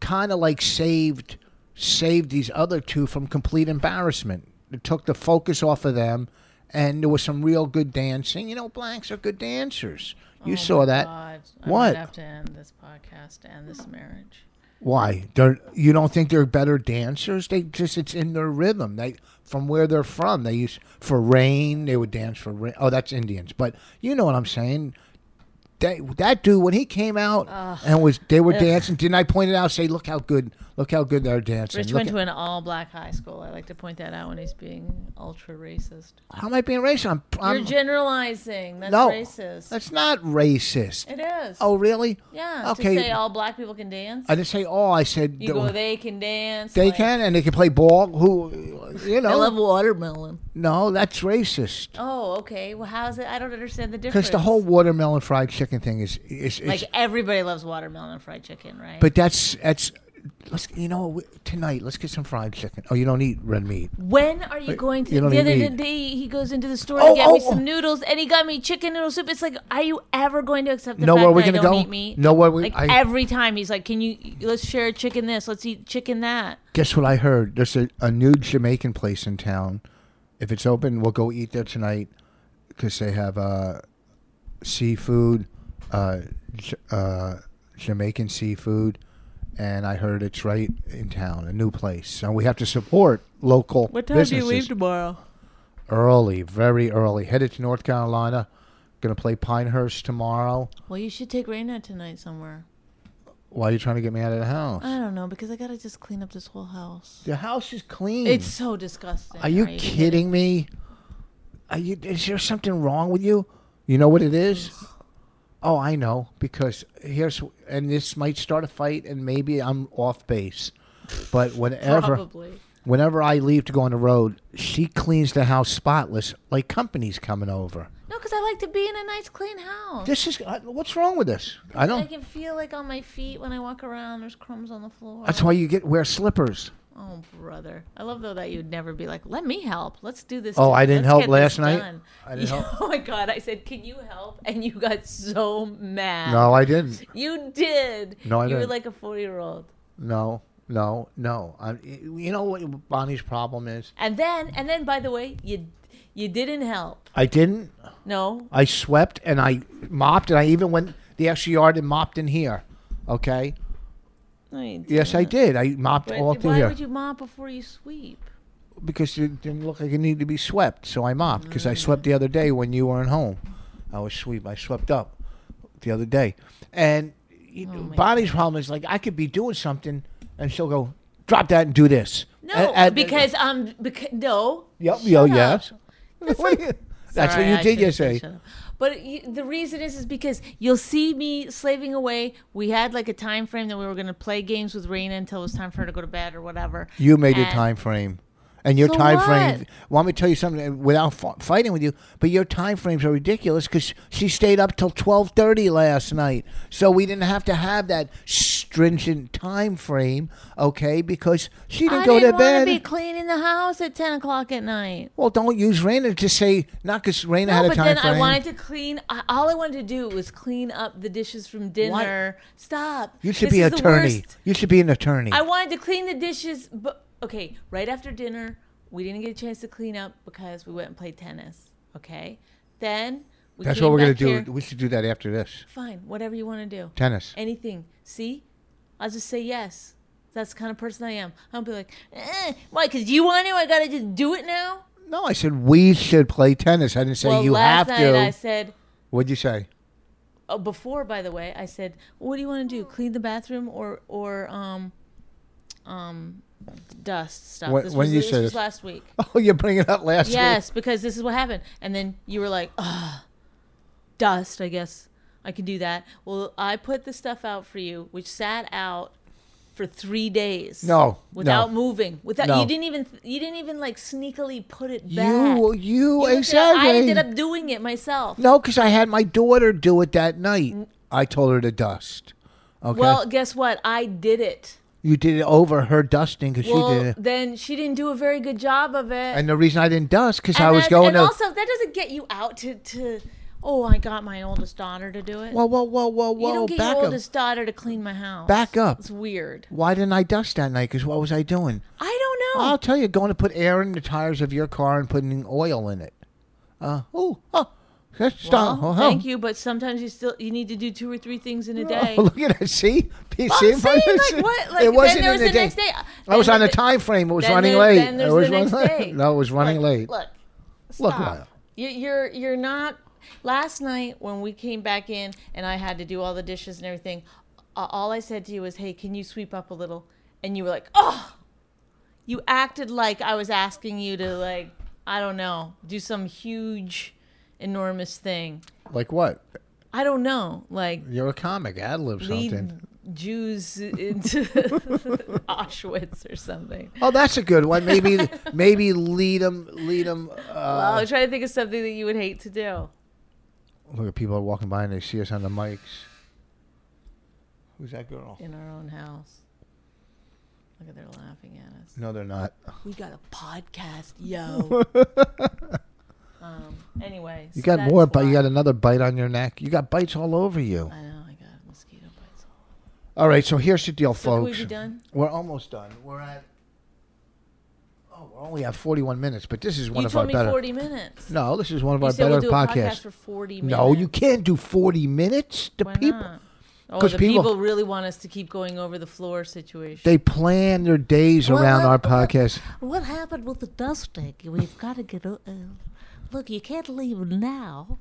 [SPEAKER 5] kind of like saved saved these other two from complete embarrassment. It took the focus off of them, and there was some real good dancing. You know, blacks are good dancers. You saw that.
[SPEAKER 6] Oh God, I
[SPEAKER 5] What?
[SPEAKER 6] might have to end this podcast and this marriage.
[SPEAKER 5] Why? They're you don't think they're better dancers? They just it's in their rhythm. They from where they're from. They use for rain. They would dance for rain. Oh, that's Indians. But you know what I'm saying? They, that dude when he came out and was they were dancing. Didn't I point it out? Say, look how good, look how good they're dancing.
[SPEAKER 6] Rich
[SPEAKER 5] Look
[SPEAKER 6] went
[SPEAKER 5] at-
[SPEAKER 6] to an all-black high school. I like to point that out when he's being ultra racist.
[SPEAKER 5] how am I being racist? I'm, I'm
[SPEAKER 6] You're generalizing. That's
[SPEAKER 5] Um, no,
[SPEAKER 6] racist.
[SPEAKER 5] that's not racist.
[SPEAKER 6] it is.
[SPEAKER 5] Oh, really?
[SPEAKER 6] yeah.
[SPEAKER 5] Okay.
[SPEAKER 6] To say all black people can dance.
[SPEAKER 5] I didn't say all. I said
[SPEAKER 6] you go. They can dance.
[SPEAKER 5] they
[SPEAKER 6] like,
[SPEAKER 5] can and they can play ball. Who you know?
[SPEAKER 6] I love watermelon.
[SPEAKER 5] no, that's racist.
[SPEAKER 6] Oh, okay. Well, how's it? I don't understand the difference.
[SPEAKER 5] Because the whole watermelon fried chicken thing is is, is
[SPEAKER 6] like everybody loves watermelon and fried chicken, right?
[SPEAKER 5] but that's that's let's you know we- tonight let's get some fried chicken. Oh, you don't eat red meat.
[SPEAKER 6] When are you going to?
[SPEAKER 5] you don't
[SPEAKER 6] the other
[SPEAKER 5] even eat.
[SPEAKER 6] day, he goes into the store
[SPEAKER 5] Oh,
[SPEAKER 6] to get me
[SPEAKER 5] oh,
[SPEAKER 6] some
[SPEAKER 5] oh.
[SPEAKER 6] noodles, and he got me chicken noodle soup. It's like, are you ever going to accept the
[SPEAKER 5] Know
[SPEAKER 6] fact
[SPEAKER 5] where we're
[SPEAKER 6] that I
[SPEAKER 5] gonna
[SPEAKER 6] don't
[SPEAKER 5] go?
[SPEAKER 6] eat meat?
[SPEAKER 5] Know where we-
[SPEAKER 6] Like
[SPEAKER 5] I-
[SPEAKER 6] every time, he's like, "Can you? Let's share chicken this. Let's eat chicken that."
[SPEAKER 5] Guess what I heard? There's a, a new Jamaican place in town. If it's open, we'll go eat there tonight because they have uh, seafood, uh, J- uh, Jamaican seafood, and I heard it's right in town, a new place. So we have to support local. businesses.
[SPEAKER 6] tomorrow?
[SPEAKER 5] early, very early. Headed to North Carolina. Going to play Pinehurst tomorrow.
[SPEAKER 6] Well, you should take Raina tonight somewhere.
[SPEAKER 5] Why are you trying to get me out of the house?
[SPEAKER 6] I don't know because I gotta just clean up this whole house.
[SPEAKER 5] the house is clean.
[SPEAKER 6] It's so disgusting.
[SPEAKER 5] Hmm. Are you kidding me? Are you? Is there something wrong with you? You know what it is? Oh, I know. Because here's and this might start a fight, and maybe I'm off base. But whenever,
[SPEAKER 6] Probably.
[SPEAKER 5] whenever I leave to go on the road, she cleans the house spotless, like companies coming over.
[SPEAKER 6] No, because I like to be in a nice, clean house.
[SPEAKER 5] This is uh, what's wrong with this? I
[SPEAKER 6] I
[SPEAKER 5] don't.
[SPEAKER 6] can feel like on my feet when I walk around. There's crumbs on the floor.
[SPEAKER 5] That's why you get wear slippers.
[SPEAKER 6] Oh, brother. I love, though, that you'd never be like, let me help. Let's do this.
[SPEAKER 5] Oh,
[SPEAKER 6] to-
[SPEAKER 5] I didn't
[SPEAKER 6] let's
[SPEAKER 5] help
[SPEAKER 6] get
[SPEAKER 5] last
[SPEAKER 6] this
[SPEAKER 5] night?
[SPEAKER 6] done."
[SPEAKER 5] I didn't help.
[SPEAKER 6] Oh, my God. I said, can you help? And you got so mad.
[SPEAKER 5] No, I didn't.
[SPEAKER 6] You did.
[SPEAKER 5] No, I
[SPEAKER 6] You were
[SPEAKER 5] didn't.
[SPEAKER 6] like a 40 year old.
[SPEAKER 5] No, no, no. I, you know what Bonnie's problem is?
[SPEAKER 6] And then, and then, by the way, you you didn't help.
[SPEAKER 5] I didn't.
[SPEAKER 6] No.
[SPEAKER 5] I swept and I mopped and I even went the extra yard and mopped in here. Okay.
[SPEAKER 6] No, you didn't.
[SPEAKER 5] Yes, I did. I mopped
[SPEAKER 6] But
[SPEAKER 5] all
[SPEAKER 6] th-
[SPEAKER 5] through
[SPEAKER 6] why
[SPEAKER 5] here
[SPEAKER 6] would you mop before you sweep?
[SPEAKER 5] because it didn't look like it needed to be swept, so I mopped. Because I
[SPEAKER 6] Mm.
[SPEAKER 5] swept the other day when you weren't home. I was sweep. I swept up the other day, and
[SPEAKER 6] Oh
[SPEAKER 5] you know, Bonnie's problem is like I could be doing something, and she'll go drop that and do this.
[SPEAKER 6] No,
[SPEAKER 5] And- and-
[SPEAKER 6] because um, because no.
[SPEAKER 5] yep, yo,
[SPEAKER 6] Shut up.
[SPEAKER 5] yes. That's, what, you- that's what
[SPEAKER 6] Oh, Sorry,
[SPEAKER 5] you
[SPEAKER 6] I
[SPEAKER 5] did
[SPEAKER 6] should've
[SPEAKER 5] yesterday.
[SPEAKER 6] shut up. But you, the reason is, is because you'll see me slaving away. We had like a time frame that we were going to play games with Raina until it was time for her to go to bed or whatever.
[SPEAKER 5] You made your
[SPEAKER 6] And-
[SPEAKER 5] time frame. And your
[SPEAKER 6] Uh, So
[SPEAKER 5] time frame.
[SPEAKER 6] what?
[SPEAKER 5] Well, let me tell you something. and Without f- fighting with you, but your time frames are ridiculous because she stayed up till twelve thirty last night. So we didn't have to have that stringent time frame, okay? Because she didn't
[SPEAKER 6] I
[SPEAKER 5] go
[SPEAKER 6] didn't
[SPEAKER 5] to bed.
[SPEAKER 6] wanna be cleaning the house at ten o'clock at night.
[SPEAKER 5] well, don't use Raina to say not because Raina had
[SPEAKER 6] No,
[SPEAKER 5] a
[SPEAKER 6] but
[SPEAKER 5] time
[SPEAKER 6] then
[SPEAKER 5] frame.
[SPEAKER 6] I wanted to clean. I- All I wanted to do was clean up the dishes from dinner. Stop.
[SPEAKER 5] you should
[SPEAKER 6] This
[SPEAKER 5] be
[SPEAKER 6] is
[SPEAKER 5] an
[SPEAKER 6] the
[SPEAKER 5] attorney.
[SPEAKER 6] worst.
[SPEAKER 5] You should be an attorney.
[SPEAKER 6] I wanted to clean the dishes, but okay, right after dinner, we didn't get a chance to clean up because we went and played tennis. Okay, then we
[SPEAKER 5] That's
[SPEAKER 6] came
[SPEAKER 5] what we're gonna
[SPEAKER 6] back
[SPEAKER 5] do.
[SPEAKER 6] here.
[SPEAKER 5] We should do that after this.
[SPEAKER 6] Fine, whatever you want to do.
[SPEAKER 5] Tennis.
[SPEAKER 6] Anything. See, I'll just say yes. That's the kind of person I am. I'll be like, eh, why? Because you want to? I gotta just do it now.
[SPEAKER 5] No, I said we should play tennis. I didn't say
[SPEAKER 6] well,
[SPEAKER 5] you
[SPEAKER 6] last
[SPEAKER 5] have
[SPEAKER 6] night
[SPEAKER 5] to.
[SPEAKER 6] I said.
[SPEAKER 5] What'd you say?
[SPEAKER 6] oh, before by the way i said what do you want to do clean the bathroom or or um um dust stuff
[SPEAKER 5] When-
[SPEAKER 6] this
[SPEAKER 5] when
[SPEAKER 6] was,
[SPEAKER 5] you
[SPEAKER 6] this
[SPEAKER 5] said
[SPEAKER 6] was
[SPEAKER 5] this-
[SPEAKER 6] last week
[SPEAKER 5] Oh, you bring it up last week.
[SPEAKER 6] yes because this is what happened and then you were like ah dust i guess i can do that well i put the stuff out for you which sat out for three days
[SPEAKER 5] No,
[SPEAKER 6] without
[SPEAKER 5] no.
[SPEAKER 6] moving without
[SPEAKER 5] No.
[SPEAKER 6] you didn't even you didn't even like sneakily put it back
[SPEAKER 5] You, you,
[SPEAKER 6] looked at-
[SPEAKER 5] exactly.
[SPEAKER 6] i ended up doing it myself
[SPEAKER 5] no, because I had my daughter do it that night. I told her to dust. Okay.
[SPEAKER 6] Mm. well guess what i did it
[SPEAKER 5] you did it over her dusting because
[SPEAKER 6] well,
[SPEAKER 5] she did it.
[SPEAKER 6] then she didn't do a very good job of it.
[SPEAKER 5] And the reason I didn't dust because I
[SPEAKER 6] And
[SPEAKER 5] was
[SPEAKER 6] that's-
[SPEAKER 5] going
[SPEAKER 6] And
[SPEAKER 5] to.
[SPEAKER 6] also, that doesn't get you out to to. Oh, I got my oldest daughter to do it.
[SPEAKER 5] whoa, whoa, whoa, whoa, whoa!
[SPEAKER 6] you don't get
[SPEAKER 5] back
[SPEAKER 6] your
[SPEAKER 5] up.
[SPEAKER 6] oldest daughter to clean my house.
[SPEAKER 5] Back up.
[SPEAKER 6] It's weird.
[SPEAKER 5] Why didn't I dust that night? Because what was I doing?
[SPEAKER 6] I don't know.
[SPEAKER 5] I'll tell you, going to put air in the tires of your car and putting oil in it. Uh, oh, oh, that's
[SPEAKER 6] Well,
[SPEAKER 5] done. Oh,
[SPEAKER 6] thank
[SPEAKER 5] oh.
[SPEAKER 6] you, but sometimes you still you need to do two or three things in a day.
[SPEAKER 5] Oh, look at that. See? You
[SPEAKER 6] Well,
[SPEAKER 5] see?
[SPEAKER 6] I'm saying, like, what- like,
[SPEAKER 5] it
[SPEAKER 6] then
[SPEAKER 5] wasn't
[SPEAKER 6] there
[SPEAKER 5] in
[SPEAKER 6] was
[SPEAKER 5] the,
[SPEAKER 6] the
[SPEAKER 5] day.
[SPEAKER 6] next day.
[SPEAKER 5] I was
[SPEAKER 6] Then
[SPEAKER 5] on a
[SPEAKER 6] the-
[SPEAKER 5] time frame. It was
[SPEAKER 6] Then
[SPEAKER 5] running
[SPEAKER 6] there-
[SPEAKER 5] late.
[SPEAKER 6] then
[SPEAKER 5] it
[SPEAKER 6] there's
[SPEAKER 5] was
[SPEAKER 6] the next
[SPEAKER 5] running
[SPEAKER 6] day.
[SPEAKER 5] late. No, it was running
[SPEAKER 6] Look,
[SPEAKER 5] late.
[SPEAKER 6] Look,
[SPEAKER 5] Look,
[SPEAKER 6] stop.
[SPEAKER 5] Lyle.
[SPEAKER 6] You- You're you're not. Last night when we came back in and I had to do all the dishes and everything, a- all I said to you was, "Hey, can you sweep up a little?" And you were like, "Oh." You acted like I was asking you to like I don't know do some huge, enormous thing.
[SPEAKER 5] Like what?
[SPEAKER 6] I don't know like
[SPEAKER 5] You're a comic. Ad lib
[SPEAKER 6] lead
[SPEAKER 5] something.
[SPEAKER 6] Jews into Auschwitz or something.
[SPEAKER 5] Oh, that's a good one. Maybe maybe lead them. Lead them. Uh,
[SPEAKER 6] Well, I was trying to think of something that you would hate to do.
[SPEAKER 5] look, people are walking by and they see us on the mics. Who's that girl?
[SPEAKER 6] in our own house. Look at they're laughing at us.
[SPEAKER 5] No, they're not.
[SPEAKER 6] We got a podcast, yo. um. Anyway,
[SPEAKER 5] You got more, but you got another bite on your neck. You got bites all over you.
[SPEAKER 6] I know I got mosquito bites.
[SPEAKER 5] All right, so here's the deal,
[SPEAKER 6] So can we
[SPEAKER 5] folks.
[SPEAKER 6] be done?
[SPEAKER 5] We're almost done. We're at. Oh, we're only at 41 minutes, but this is one
[SPEAKER 6] you
[SPEAKER 5] of our
[SPEAKER 6] told me
[SPEAKER 5] better.
[SPEAKER 6] forty minutes.
[SPEAKER 5] No, this is one of
[SPEAKER 6] you
[SPEAKER 5] our
[SPEAKER 6] said
[SPEAKER 5] better
[SPEAKER 6] we'll do a podcast
[SPEAKER 5] podcasts.
[SPEAKER 6] for forty minutes.
[SPEAKER 5] no, you can't do 40 minutes. The
[SPEAKER 6] Why
[SPEAKER 5] people
[SPEAKER 6] not? Oh,
[SPEAKER 5] 'cause
[SPEAKER 6] the
[SPEAKER 5] people-
[SPEAKER 6] people, really want us to keep going over the floor situation.
[SPEAKER 5] they plan their days around our podcast.
[SPEAKER 9] What happened with the dust stick? We've got to get. o- Uh, look, you can't leave now.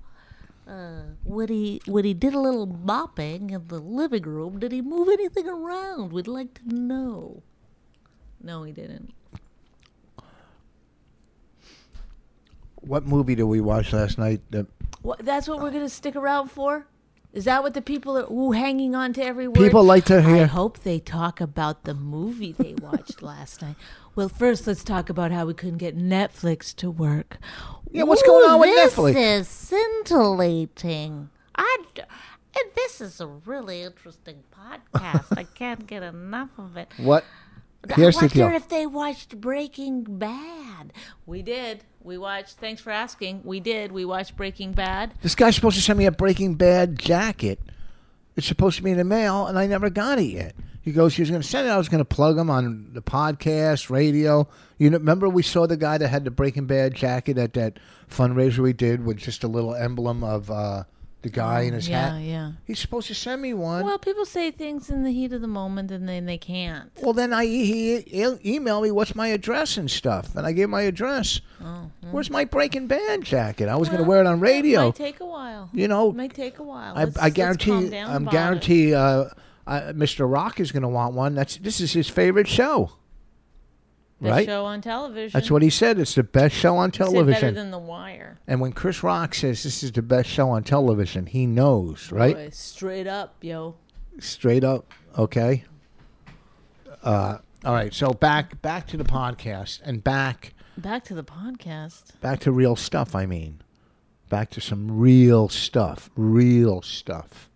[SPEAKER 9] Uh, when he when he did a little mopping in the living room, did he move anything around? We'd like to know.
[SPEAKER 6] No, he didn't.
[SPEAKER 5] What movie did we watch last night? The
[SPEAKER 6] What, that's what we're gonna stick around for. Is that what the people are who hanging on to every word?
[SPEAKER 5] people like to
[SPEAKER 6] I
[SPEAKER 5] hear.
[SPEAKER 6] hope they talk about the movie they watched last night. Well, first let's talk about how we couldn't get Netflix to work.
[SPEAKER 5] Yeah, what's going on with
[SPEAKER 9] this
[SPEAKER 5] Netflix?
[SPEAKER 9] is scintillating. I. d- and this is a really interesting podcast. I can't get enough of it.
[SPEAKER 5] What? Here's
[SPEAKER 9] I
[SPEAKER 5] the
[SPEAKER 9] wonder
[SPEAKER 5] deal.
[SPEAKER 9] if they watched Breaking Bad.
[SPEAKER 6] We did. We watched. Thanks for asking. We did. We watched Breaking Bad.
[SPEAKER 5] This guy's supposed to send me a Breaking Bad jacket. It's supposed to be in the mail, and I never got it yet. He goes, he was going to send it. I was going to plug him on the podcast, radio. You know, remember we saw the guy that had the Breaking Bad jacket at that fundraiser we did with just a little emblem of uh, The guy in his
[SPEAKER 7] Yeah,
[SPEAKER 5] hat.
[SPEAKER 7] yeah.
[SPEAKER 5] He's supposed to send me one. Well,
[SPEAKER 6] Well, people say things in the heat of the moment and then they can't.
[SPEAKER 5] then I he, he email me what's my address and stuff, and I gave my address. Where's my Breaking Bad jacket? I was going to wear it on
[SPEAKER 6] It
[SPEAKER 5] radio.
[SPEAKER 6] might take a while.
[SPEAKER 5] you know,
[SPEAKER 6] It might take a while.
[SPEAKER 5] I,
[SPEAKER 6] Let's-
[SPEAKER 5] I
[SPEAKER 6] let's
[SPEAKER 5] guarantee.
[SPEAKER 6] calm down
[SPEAKER 5] I'm
[SPEAKER 6] about it.
[SPEAKER 5] guarantee. Uh, I, Mr. Rock is going to want one. That's this is his favorite show.
[SPEAKER 6] The
[SPEAKER 5] right.
[SPEAKER 6] show on television.
[SPEAKER 5] That's what he said. It's the best show on
[SPEAKER 6] He said better
[SPEAKER 5] television.
[SPEAKER 6] than The Wire.
[SPEAKER 5] and when Chris Rock says this is the best show on television, he knows, right?
[SPEAKER 6] Boy, straight up, yo.
[SPEAKER 5] Straight up. Okay. Uh, all right. So back back to the podcast and back
[SPEAKER 6] Back to the podcast.
[SPEAKER 5] back to real stuff. I mean, back to some real stuff. Real stuff.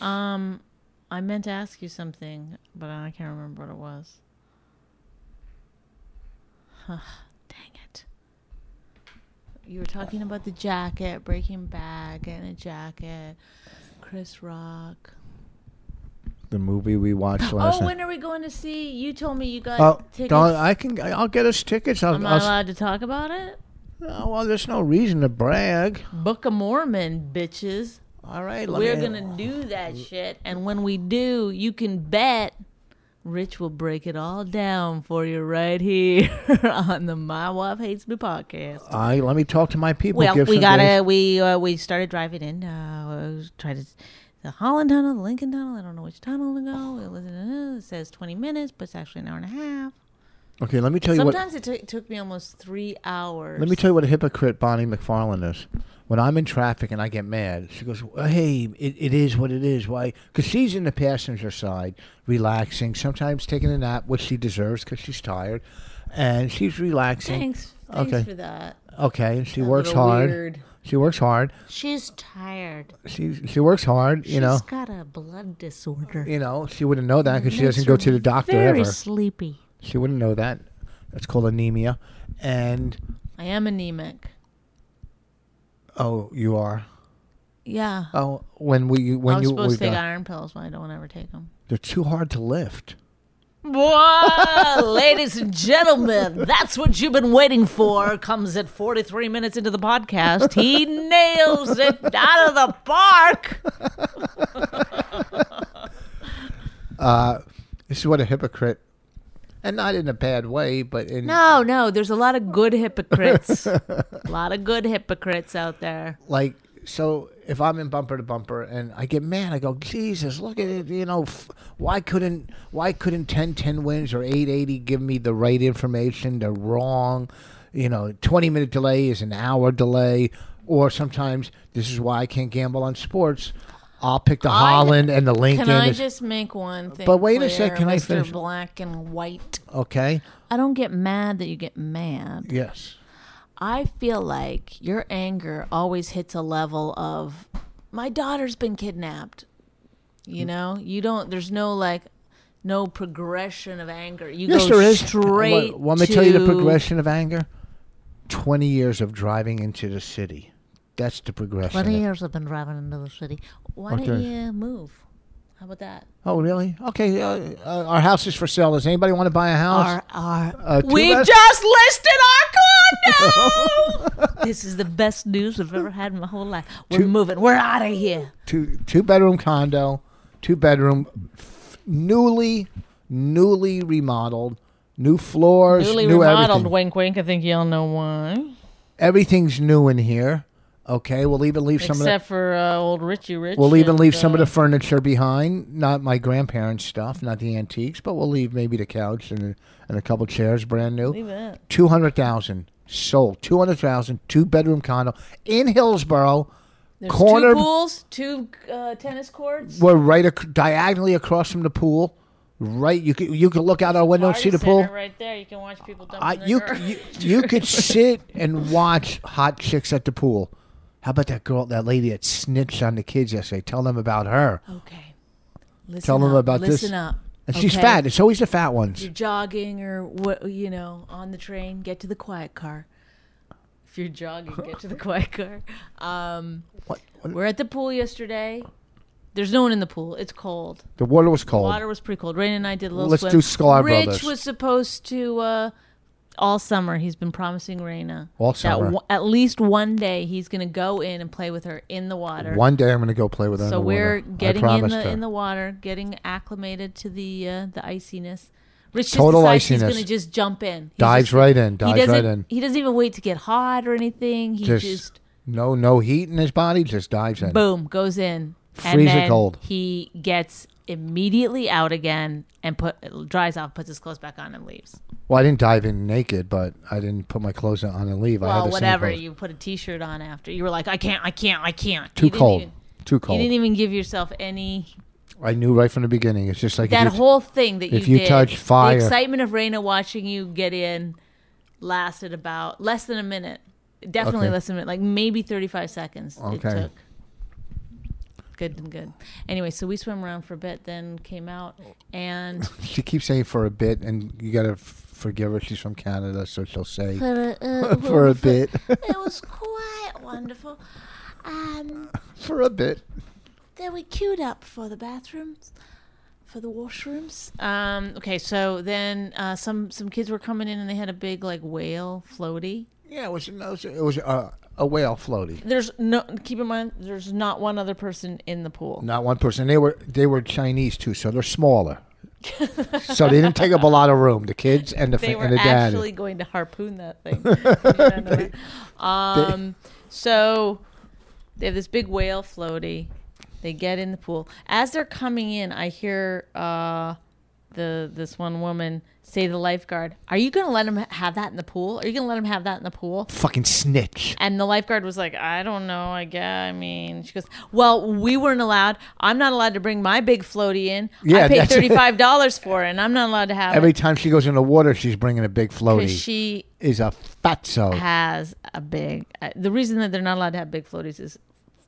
[SPEAKER 6] Um, I meant to ask you something, but I can't remember what it was. Huh, dang it. You were talking about the jacket, breaking bag, and a jacket, Chris Rock.
[SPEAKER 5] The movie we watched last
[SPEAKER 6] oh,
[SPEAKER 5] night.
[SPEAKER 6] when are we going to see? You told me you got
[SPEAKER 5] Oh,
[SPEAKER 6] tickets.
[SPEAKER 5] don't, I can. I'll get us tickets. I'll,
[SPEAKER 6] Am
[SPEAKER 5] I'll
[SPEAKER 6] I
[SPEAKER 5] s-
[SPEAKER 6] allowed to talk about it?
[SPEAKER 5] Oh, well, there's no reason to brag.
[SPEAKER 6] Book of Mormon, bitches.
[SPEAKER 5] All right, let
[SPEAKER 6] We're
[SPEAKER 5] me-
[SPEAKER 6] going to do that shit. And when we do, you can bet Rich will break it all down for you right here on the My Wife Hates Me podcast.
[SPEAKER 5] I let me talk to my people.
[SPEAKER 6] well,
[SPEAKER 5] Uh, give
[SPEAKER 6] we
[SPEAKER 5] some
[SPEAKER 6] got
[SPEAKER 5] days.
[SPEAKER 6] to, we, uh, we started driving in. Uh, we tried to, the Holland Tunnel, the Lincoln Tunnel. I don't know which tunnel to go. It, was, uh, it says 20 minutes, but it's actually an hour and a half.
[SPEAKER 5] Okay, let me tell you what.
[SPEAKER 6] Sometimes it took took me almost three hours.
[SPEAKER 5] Let me tell you what a hypocrite Bonnie McFarlane is. When I'm in traffic and I get mad, she goes, "Well, "Hey, it, it is what it is." Why? Because she's in the passenger side, relaxing, sometimes taking a nap, which she deserves because she's tired, and she's relaxing.
[SPEAKER 6] Thanks, thanks
[SPEAKER 5] Okay.
[SPEAKER 6] for that.
[SPEAKER 5] Okay, and she
[SPEAKER 6] That
[SPEAKER 5] works
[SPEAKER 6] little
[SPEAKER 5] hard.
[SPEAKER 6] weird-
[SPEAKER 5] She works hard.
[SPEAKER 9] She's tired.
[SPEAKER 5] She she works hard. You
[SPEAKER 9] She's
[SPEAKER 5] know.
[SPEAKER 9] got a blood disorder.
[SPEAKER 5] You know, she wouldn't know that because she
[SPEAKER 9] Makes
[SPEAKER 5] doesn't go
[SPEAKER 9] her
[SPEAKER 5] to the doctor
[SPEAKER 9] Very
[SPEAKER 5] ever.
[SPEAKER 9] sleepy.
[SPEAKER 5] She wouldn't know that. That's called anemia. And
[SPEAKER 6] I am anemic.
[SPEAKER 5] oh, you are.
[SPEAKER 6] Yeah.
[SPEAKER 5] Oh, when we when
[SPEAKER 6] I was
[SPEAKER 5] you
[SPEAKER 6] supposed
[SPEAKER 5] we
[SPEAKER 6] to take
[SPEAKER 5] got-
[SPEAKER 6] iron pills, but I don't ever take them.
[SPEAKER 5] they're too hard to lift.
[SPEAKER 6] Whoa, ladies and gentlemen, that's what you've been waiting for. Comes at 43 minutes into the podcast. He nails it out of the park.
[SPEAKER 5] Uh, This is what a hypocrite, and not in a bad way, but in
[SPEAKER 6] No, no, there's a lot of good hypocrites. a lot of good hypocrites out there.
[SPEAKER 5] like so. If I'm in bumper to bumper and I get mad, I go, Jesus, look at it. You know, f- why couldn't why couldn't ten ten wins or eight eighty give me the right information? They're wrong. You know, twenty minute delay is an hour delay, or sometimes this is why I can't gamble on sports. I'll pick the Holland and the Lincoln.
[SPEAKER 6] Can I
[SPEAKER 5] It's-
[SPEAKER 6] just make one thing?
[SPEAKER 5] But wait a
[SPEAKER 6] clear,
[SPEAKER 5] sec, can I
[SPEAKER 6] Mr.
[SPEAKER 5] finish?
[SPEAKER 6] Black and white.
[SPEAKER 5] okay.
[SPEAKER 6] I don't get mad that you get mad.
[SPEAKER 5] Yes.
[SPEAKER 6] I feel like your anger always hits a level of my daughter's been kidnapped.
[SPEAKER 5] Mm.
[SPEAKER 6] You know, you don't. There's no like, no progression of anger. You
[SPEAKER 5] Yes,
[SPEAKER 6] go
[SPEAKER 5] there is.
[SPEAKER 6] straight.
[SPEAKER 5] Want, want me to tell you the
[SPEAKER 6] to-
[SPEAKER 5] progression of anger? Twenty years of driving into the city. That's the progression.
[SPEAKER 9] Twenty years I've been driving into the city.
[SPEAKER 6] Why don't
[SPEAKER 5] Okay.
[SPEAKER 6] you move? How about that?
[SPEAKER 5] Oh, really? Okay. Uh, uh, our house is for sale. Does anybody want to buy a house?
[SPEAKER 9] Our, our,
[SPEAKER 5] Uh, two
[SPEAKER 6] We
[SPEAKER 5] bed-
[SPEAKER 6] just listed our condo.
[SPEAKER 9] this is the best news I've ever had in my whole life. We're moving. We're out of here.
[SPEAKER 5] two two bedroom condo, two bedroom, f- newly newly remodeled, new floors,
[SPEAKER 6] Newly
[SPEAKER 5] new
[SPEAKER 6] remodeled.
[SPEAKER 5] everything.
[SPEAKER 6] Wink, wink. I think y'all know why.
[SPEAKER 5] Everything's new in here. Okay, we'll even leave some of the
[SPEAKER 6] Except for uh, old Richie Rich.
[SPEAKER 5] We'll even
[SPEAKER 6] and,
[SPEAKER 5] leave some of
[SPEAKER 6] uh,
[SPEAKER 5] the furniture behind, not my grandparents' stuff, not the antiques, but we'll leave maybe the couch and, and a couple chairs brand new.
[SPEAKER 6] Leave it.
[SPEAKER 5] Two hundred thousand sold. Two hundred thousand, two bedroom condo in Hillsboro,
[SPEAKER 6] There's
[SPEAKER 5] corner.
[SPEAKER 6] two pools, two uh, tennis courts.
[SPEAKER 5] We're right ac- diagonally across from the pool. Right, you could you could look out our window and
[SPEAKER 6] Party
[SPEAKER 5] see the
[SPEAKER 6] center
[SPEAKER 5] pool.
[SPEAKER 6] right there. You can watch people dump
[SPEAKER 5] I,
[SPEAKER 6] in their
[SPEAKER 5] you,
[SPEAKER 6] garbage.
[SPEAKER 5] you you could sit and watch hot chicks at the pool. How about that girl, that lady that snitched on the kids yesterday? Tell them about her.
[SPEAKER 6] okay. Listen
[SPEAKER 5] Tell them
[SPEAKER 6] up,
[SPEAKER 5] about this.
[SPEAKER 6] Listen up.
[SPEAKER 5] And she's
[SPEAKER 6] okay?
[SPEAKER 5] fat. It's always the fat ones.
[SPEAKER 6] You're jogging or what? You know, on the train, get to the quiet car. If you're jogging, get to the quiet car. Um,
[SPEAKER 5] What? what-
[SPEAKER 6] we're at the pool yesterday. There's no one in the pool. It's cold.
[SPEAKER 5] The water was cold.
[SPEAKER 6] Water was pretty cold. Rain and I did a little
[SPEAKER 5] Let's
[SPEAKER 6] swim.
[SPEAKER 5] do Sklar
[SPEAKER 6] Rich
[SPEAKER 5] Brothers.
[SPEAKER 6] was supposed to. Uh, all summer he's been promising Raina
[SPEAKER 5] All
[SPEAKER 6] that
[SPEAKER 5] summer.
[SPEAKER 6] wa- at least one day he's going to go in and play with her in the water.
[SPEAKER 5] One day I'm going to go play with her. in
[SPEAKER 6] so
[SPEAKER 5] the water.
[SPEAKER 6] we're
[SPEAKER 5] I
[SPEAKER 6] getting in
[SPEAKER 5] promised
[SPEAKER 6] the
[SPEAKER 5] her.
[SPEAKER 6] in the water, getting acclimated to the uh, the iciness. Rich
[SPEAKER 5] Total
[SPEAKER 6] just decides
[SPEAKER 5] iciness.
[SPEAKER 6] he's going to just jump in. He's
[SPEAKER 5] dives
[SPEAKER 6] just-
[SPEAKER 5] right in.
[SPEAKER 6] He
[SPEAKER 5] Dives
[SPEAKER 6] doesn't.
[SPEAKER 5] right in.
[SPEAKER 6] He doesn't even wait to get hot or anything. He
[SPEAKER 5] Just,
[SPEAKER 6] just
[SPEAKER 5] no, no heat in his body. Just dives in.
[SPEAKER 6] boom goes in and
[SPEAKER 5] Freezing
[SPEAKER 6] then
[SPEAKER 5] cold.
[SPEAKER 6] he gets immediately out again and put dries off puts his clothes back on and leaves
[SPEAKER 5] Well, I didn't dive in naked, but I didn't put my clothes on and leave. I had
[SPEAKER 6] well
[SPEAKER 5] the same
[SPEAKER 6] whatever
[SPEAKER 5] clothes.
[SPEAKER 6] you put a t-shirt on after you were like i can't i can't i can't
[SPEAKER 5] Too
[SPEAKER 6] You didn't
[SPEAKER 5] cold.
[SPEAKER 6] even-
[SPEAKER 5] Too cold.
[SPEAKER 6] you didn't even give yourself any
[SPEAKER 5] I knew right from the beginning. It's just like if
[SPEAKER 6] that
[SPEAKER 5] you-
[SPEAKER 6] whole thing that you
[SPEAKER 5] if you
[SPEAKER 6] did,
[SPEAKER 5] touch fire-
[SPEAKER 6] the excitement of Raina watching you get in lasted about less than a minute definitely
[SPEAKER 5] Okay.
[SPEAKER 6] less than a minute like maybe 35 seconds
[SPEAKER 5] Okay.
[SPEAKER 6] it took good and good anyway so we swam around for a bit then came out and
[SPEAKER 5] she keeps saying for a bit, and you gotta f- forgive her. She's from Canada, so she'll say
[SPEAKER 9] But, uh,
[SPEAKER 5] for a bit,
[SPEAKER 9] it was quite wonderful. Um,
[SPEAKER 5] for a bit.
[SPEAKER 9] then we queued up for the bathrooms, for the washrooms.
[SPEAKER 6] Um, okay, so then uh, some some kids were coming in and they had a big like whale floaty.
[SPEAKER 5] Yeah, it was it was, it was uh, a whale floaty.
[SPEAKER 6] There's no keep in mind there's not one other person in the pool.
[SPEAKER 5] Not one person. They were they were Chinese too, so they're smaller. so they didn't take up a lot of room. The kids and the
[SPEAKER 6] They
[SPEAKER 5] fa-
[SPEAKER 6] were
[SPEAKER 5] and the dad.
[SPEAKER 6] actually going to harpoon that thing. You know, they- um, so they have this big whale floaty. They get in the pool. As they're coming in, I hear uh, the this one woman say to the lifeguard, "Are you going to let him have that in the pool? Are you going to let him have that in the pool?"
[SPEAKER 5] Fucking snitch.
[SPEAKER 6] And the lifeguard was like, I don't know. I guess. I mean, she goes, Well, we weren't allowed. I'm not allowed to bring my big floaty in.
[SPEAKER 5] Yeah,
[SPEAKER 6] I paid
[SPEAKER 5] that's-
[SPEAKER 6] $35 for it, and I'm not allowed to have
[SPEAKER 5] Every
[SPEAKER 6] it.
[SPEAKER 5] time she goes in the water, she's bringing a big floaty.
[SPEAKER 6] Because she
[SPEAKER 5] is a fatso.
[SPEAKER 6] has a big. Uh, the reason that they're not allowed to have big floaties is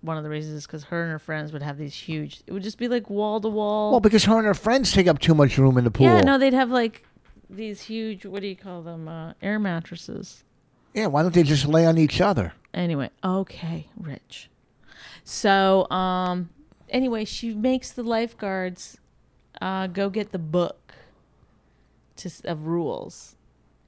[SPEAKER 6] one of the reasons is because her and her friends would have these huge. It would just be like wall to
[SPEAKER 5] Well,
[SPEAKER 6] wall.
[SPEAKER 5] because her and her friends take up too much room in the pool.
[SPEAKER 6] Yeah, no, they'd have like these huge, what do you call them? Uh, air mattresses.
[SPEAKER 5] Yeah, why don't they just lay on each other?
[SPEAKER 6] Anyway, okay, Rich. So, um, anyway, she makes the lifeguards uh, go get the book to, s- of rules,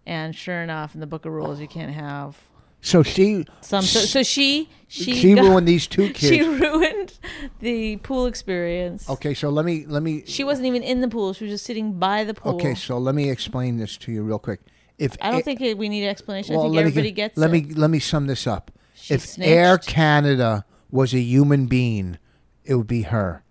[SPEAKER 6] and sure enough, in the book of rules, you can't have
[SPEAKER 5] So she
[SPEAKER 6] some. So, so she she
[SPEAKER 5] she,
[SPEAKER 6] got-
[SPEAKER 5] ruined these two
[SPEAKER 6] She
[SPEAKER 5] kids.
[SPEAKER 6] ruined the pool experience.
[SPEAKER 5] okay, so let me let me.
[SPEAKER 6] She wasn't even in the pool; she was just sitting by the pool.
[SPEAKER 5] Okay, so let me explain this to you real quick. If
[SPEAKER 6] I don't
[SPEAKER 5] a-
[SPEAKER 6] think it, we need an explanation.
[SPEAKER 5] well,
[SPEAKER 6] I think
[SPEAKER 5] let me
[SPEAKER 6] everybody
[SPEAKER 5] gi-
[SPEAKER 6] gets
[SPEAKER 5] Let
[SPEAKER 6] it.
[SPEAKER 5] me let me sum this up.
[SPEAKER 6] She
[SPEAKER 5] if Air
[SPEAKER 6] snitched.
[SPEAKER 5] Canada was a human being, it would be her.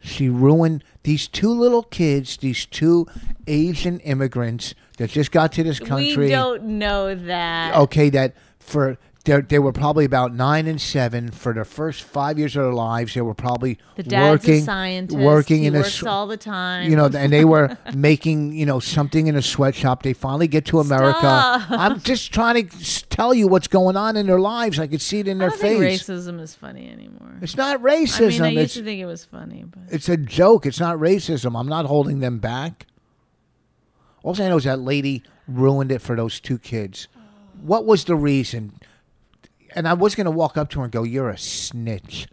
[SPEAKER 5] She ruined these two little kids, these two Asian immigrants that just got to this country.
[SPEAKER 6] We don't know that.
[SPEAKER 5] okay that for they they were probably about nine and seven for the first five years of their lives. They were probably
[SPEAKER 6] The dad's
[SPEAKER 5] working,
[SPEAKER 6] a scientist.
[SPEAKER 5] working
[SPEAKER 6] he
[SPEAKER 5] in a
[SPEAKER 6] works
[SPEAKER 5] s-
[SPEAKER 6] all the time.
[SPEAKER 5] you know, and they were making you know something in a sweatshop. They finally get to America.
[SPEAKER 6] Stop.
[SPEAKER 5] I'm just trying to s- tell you what's going on in their lives. I could see it in
[SPEAKER 6] I
[SPEAKER 5] their
[SPEAKER 6] don't
[SPEAKER 5] face.
[SPEAKER 6] think racism is funny anymore.
[SPEAKER 5] It's not
[SPEAKER 6] I mean,
[SPEAKER 5] racism.
[SPEAKER 6] I used
[SPEAKER 5] it's
[SPEAKER 6] to think it was funny, but
[SPEAKER 5] it's a joke. It's not racism. I'm not holding them back. All I know is that lady ruined it for those two kids. What was the reason? And I was going to walk up to her and go, "You're a snitch,"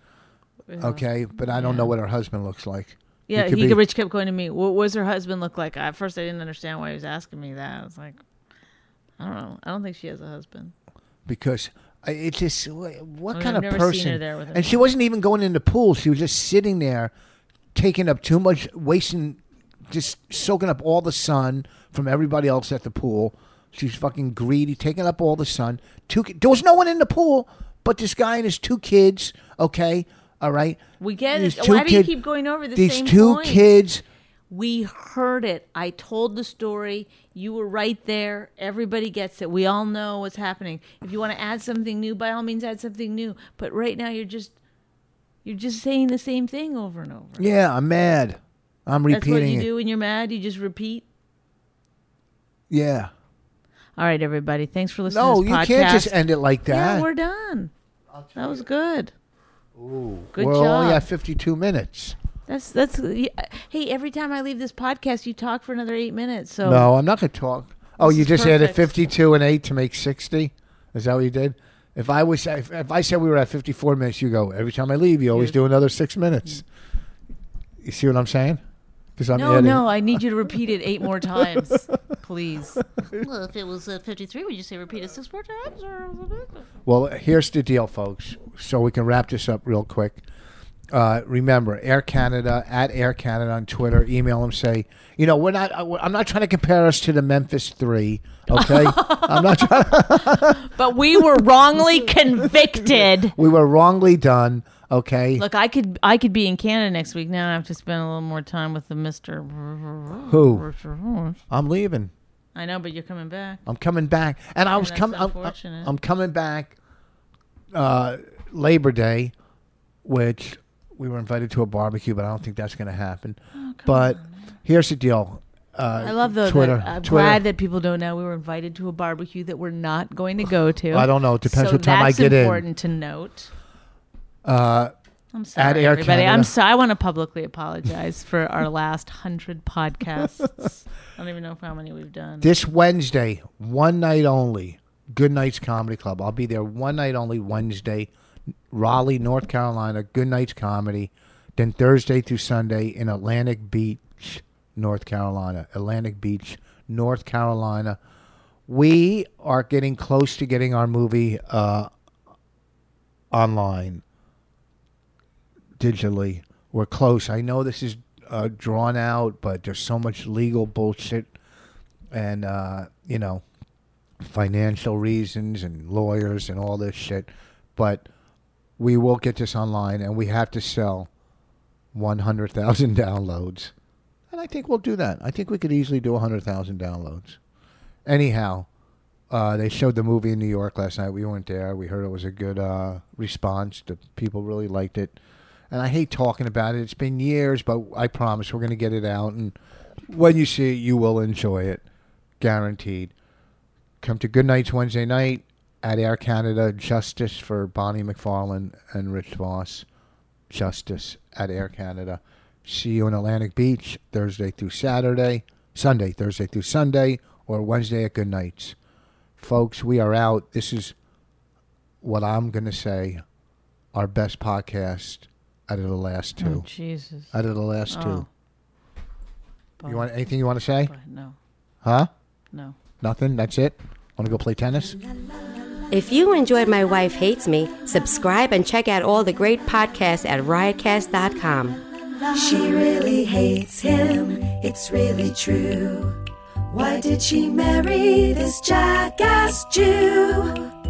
[SPEAKER 5] okay? But I don't know what her husband looks like. He
[SPEAKER 6] yeah,
[SPEAKER 5] could
[SPEAKER 6] he
[SPEAKER 5] be-
[SPEAKER 6] Rich kept going to me. What was her husband look like? At first, I didn't understand why he was asking me that. I was like, I don't know. I don't think she has a husband.
[SPEAKER 5] because I- it just wh- what
[SPEAKER 6] I mean,
[SPEAKER 5] kind of
[SPEAKER 6] I've never seen
[SPEAKER 5] person?
[SPEAKER 7] her there with her
[SPEAKER 5] and she wasn't even going in the pool. She was just sitting there, taking up too much, wasting, just soaking up all the sun from everybody else at the pool. She's fucking greedy, taking up all the sun. Two, ki- there was no one in the pool but this guy and his two kids. Okay, all right.
[SPEAKER 6] We get
[SPEAKER 5] These
[SPEAKER 6] it.
[SPEAKER 5] two
[SPEAKER 6] Why do you
[SPEAKER 5] kid-
[SPEAKER 6] keep going over the
[SPEAKER 5] these
[SPEAKER 6] same
[SPEAKER 5] two
[SPEAKER 6] point?
[SPEAKER 5] kids?
[SPEAKER 6] We heard it. I told the story. You were right there. Everybody gets it. We all know what's happening. If you want to add something new, by all means, add something new. But right now, you're just you're just saying the same thing over and over.
[SPEAKER 5] Yeah, I'm mad. I'm
[SPEAKER 6] That's what
[SPEAKER 5] repeating
[SPEAKER 6] you
[SPEAKER 5] it.
[SPEAKER 6] do when you're mad. You just repeat.
[SPEAKER 5] Yeah.
[SPEAKER 6] All right, everybody. Thanks for listening.
[SPEAKER 5] No,
[SPEAKER 6] to
[SPEAKER 5] you
[SPEAKER 6] this
[SPEAKER 5] can't
[SPEAKER 6] podcast.
[SPEAKER 5] just end it like that.
[SPEAKER 6] Yeah, we're done. That was good. Ooh, good
[SPEAKER 5] We're
[SPEAKER 6] job.
[SPEAKER 5] only at 52 minutes.
[SPEAKER 6] That's that's. yeah. Hey, every time I leave this podcast, you talk for another eight minutes. So
[SPEAKER 5] No, I'm not going to talk. Oh, you
[SPEAKER 6] Oh. is
[SPEAKER 5] just added
[SPEAKER 6] perfect.
[SPEAKER 5] 52 and 8 to make 60? Is that what you did? If I was if, if I said we were at 54 minutes, you go, every time I leave, you always do another 6 minutes. You see what I'm saying? Because I'm
[SPEAKER 7] No,
[SPEAKER 5] adding.
[SPEAKER 7] no, I need you to repeat it eight more times, please.
[SPEAKER 9] Well, if it was uh, 53, would you say repeat it six more times? Or
[SPEAKER 5] Well, here's the deal, folks. So we can wrap this up real quick. Uh, remember, Air Canada at Air Canada on Twitter. Email them. Say, you know, we're not. I- I'm not trying to compare us to the Memphis Three. Okay, I'm not trying.
[SPEAKER 7] But we were wrongly convicted.
[SPEAKER 5] We were wrongly done. Okay,
[SPEAKER 7] Look, I could I could be in Canada next week. Now I have to spend a little more time with the Mister.
[SPEAKER 5] who? I'm leaving.
[SPEAKER 7] I know, but you're coming back.
[SPEAKER 5] I'm coming back, and I was
[SPEAKER 7] that's
[SPEAKER 5] coming. I'm,
[SPEAKER 7] unfortunate.
[SPEAKER 5] I'm coming back. Uh, Labor Day, which we were invited to a barbecue, but I don't think that's going to happen.
[SPEAKER 7] Oh,
[SPEAKER 5] but here's the deal. Uh,
[SPEAKER 7] I love though.
[SPEAKER 5] Twitter.
[SPEAKER 7] That, I'm
[SPEAKER 5] Twitter.
[SPEAKER 7] glad that people don't know we were invited to a barbecue that we're not going to go to.
[SPEAKER 5] I don't know. It depends
[SPEAKER 7] so
[SPEAKER 5] what time I
[SPEAKER 7] that's
[SPEAKER 5] get in.
[SPEAKER 7] important to note.
[SPEAKER 5] Uh,
[SPEAKER 7] I'm sorry,
[SPEAKER 5] Air
[SPEAKER 7] everybody.
[SPEAKER 5] Canada.
[SPEAKER 7] I'm so. I want to publicly apologize for our last hundred podcasts. I don't even know how many we've done.
[SPEAKER 5] this Wednesday, one night only, Good Nights Comedy Club. I'll be there one night only Wednesday, Raleigh, North Carolina, Good Nights Comedy. Then Thursday through Sunday in Atlantic Beach, North Carolina. Atlantic Beach, North Carolina. We are getting close to getting our movie uh, online digitally. We're close. I know this is uh, drawn out, but there's so much legal bullshit and uh, you know financial reasons and lawyers and all this shit but we will get this online and we have to sell 100,000 downloads and I think we'll do that I think we could easily do 100,000 downloads anyhow uh, they showed the movie in New York last night. We weren't there. We heard it was a good uh, response. The people really liked it, and I hate talking about it. It's been years, but I promise we're going to get it out. And when you see it, you will enjoy it, guaranteed. Come to Good Nights Wednesday night at Air Canada. Justice for Bonnie McFarlane and Rich Voss. Justice at Air Canada. See you in Atlantic Beach Thursday through Saturday, Sunday, Thursday through Sunday, or Wednesday at Good Nights folks, we are out. This is what I'm going to say our best podcast out of the last
[SPEAKER 6] Oh,
[SPEAKER 5] two.
[SPEAKER 7] Oh, Jesus.
[SPEAKER 5] out of the last two. You
[SPEAKER 7] Bye.
[SPEAKER 5] want anything you want to say?
[SPEAKER 7] No,
[SPEAKER 5] Huh?
[SPEAKER 7] no.
[SPEAKER 5] Nothing. That's it. Want to go play tennis?
[SPEAKER 1] If you enjoyed My Wife Hates Me, subscribe and check out all the great podcasts at riotcast.com.
[SPEAKER 4] She really hates him, it's really true. Why did she marry this jackass Jew?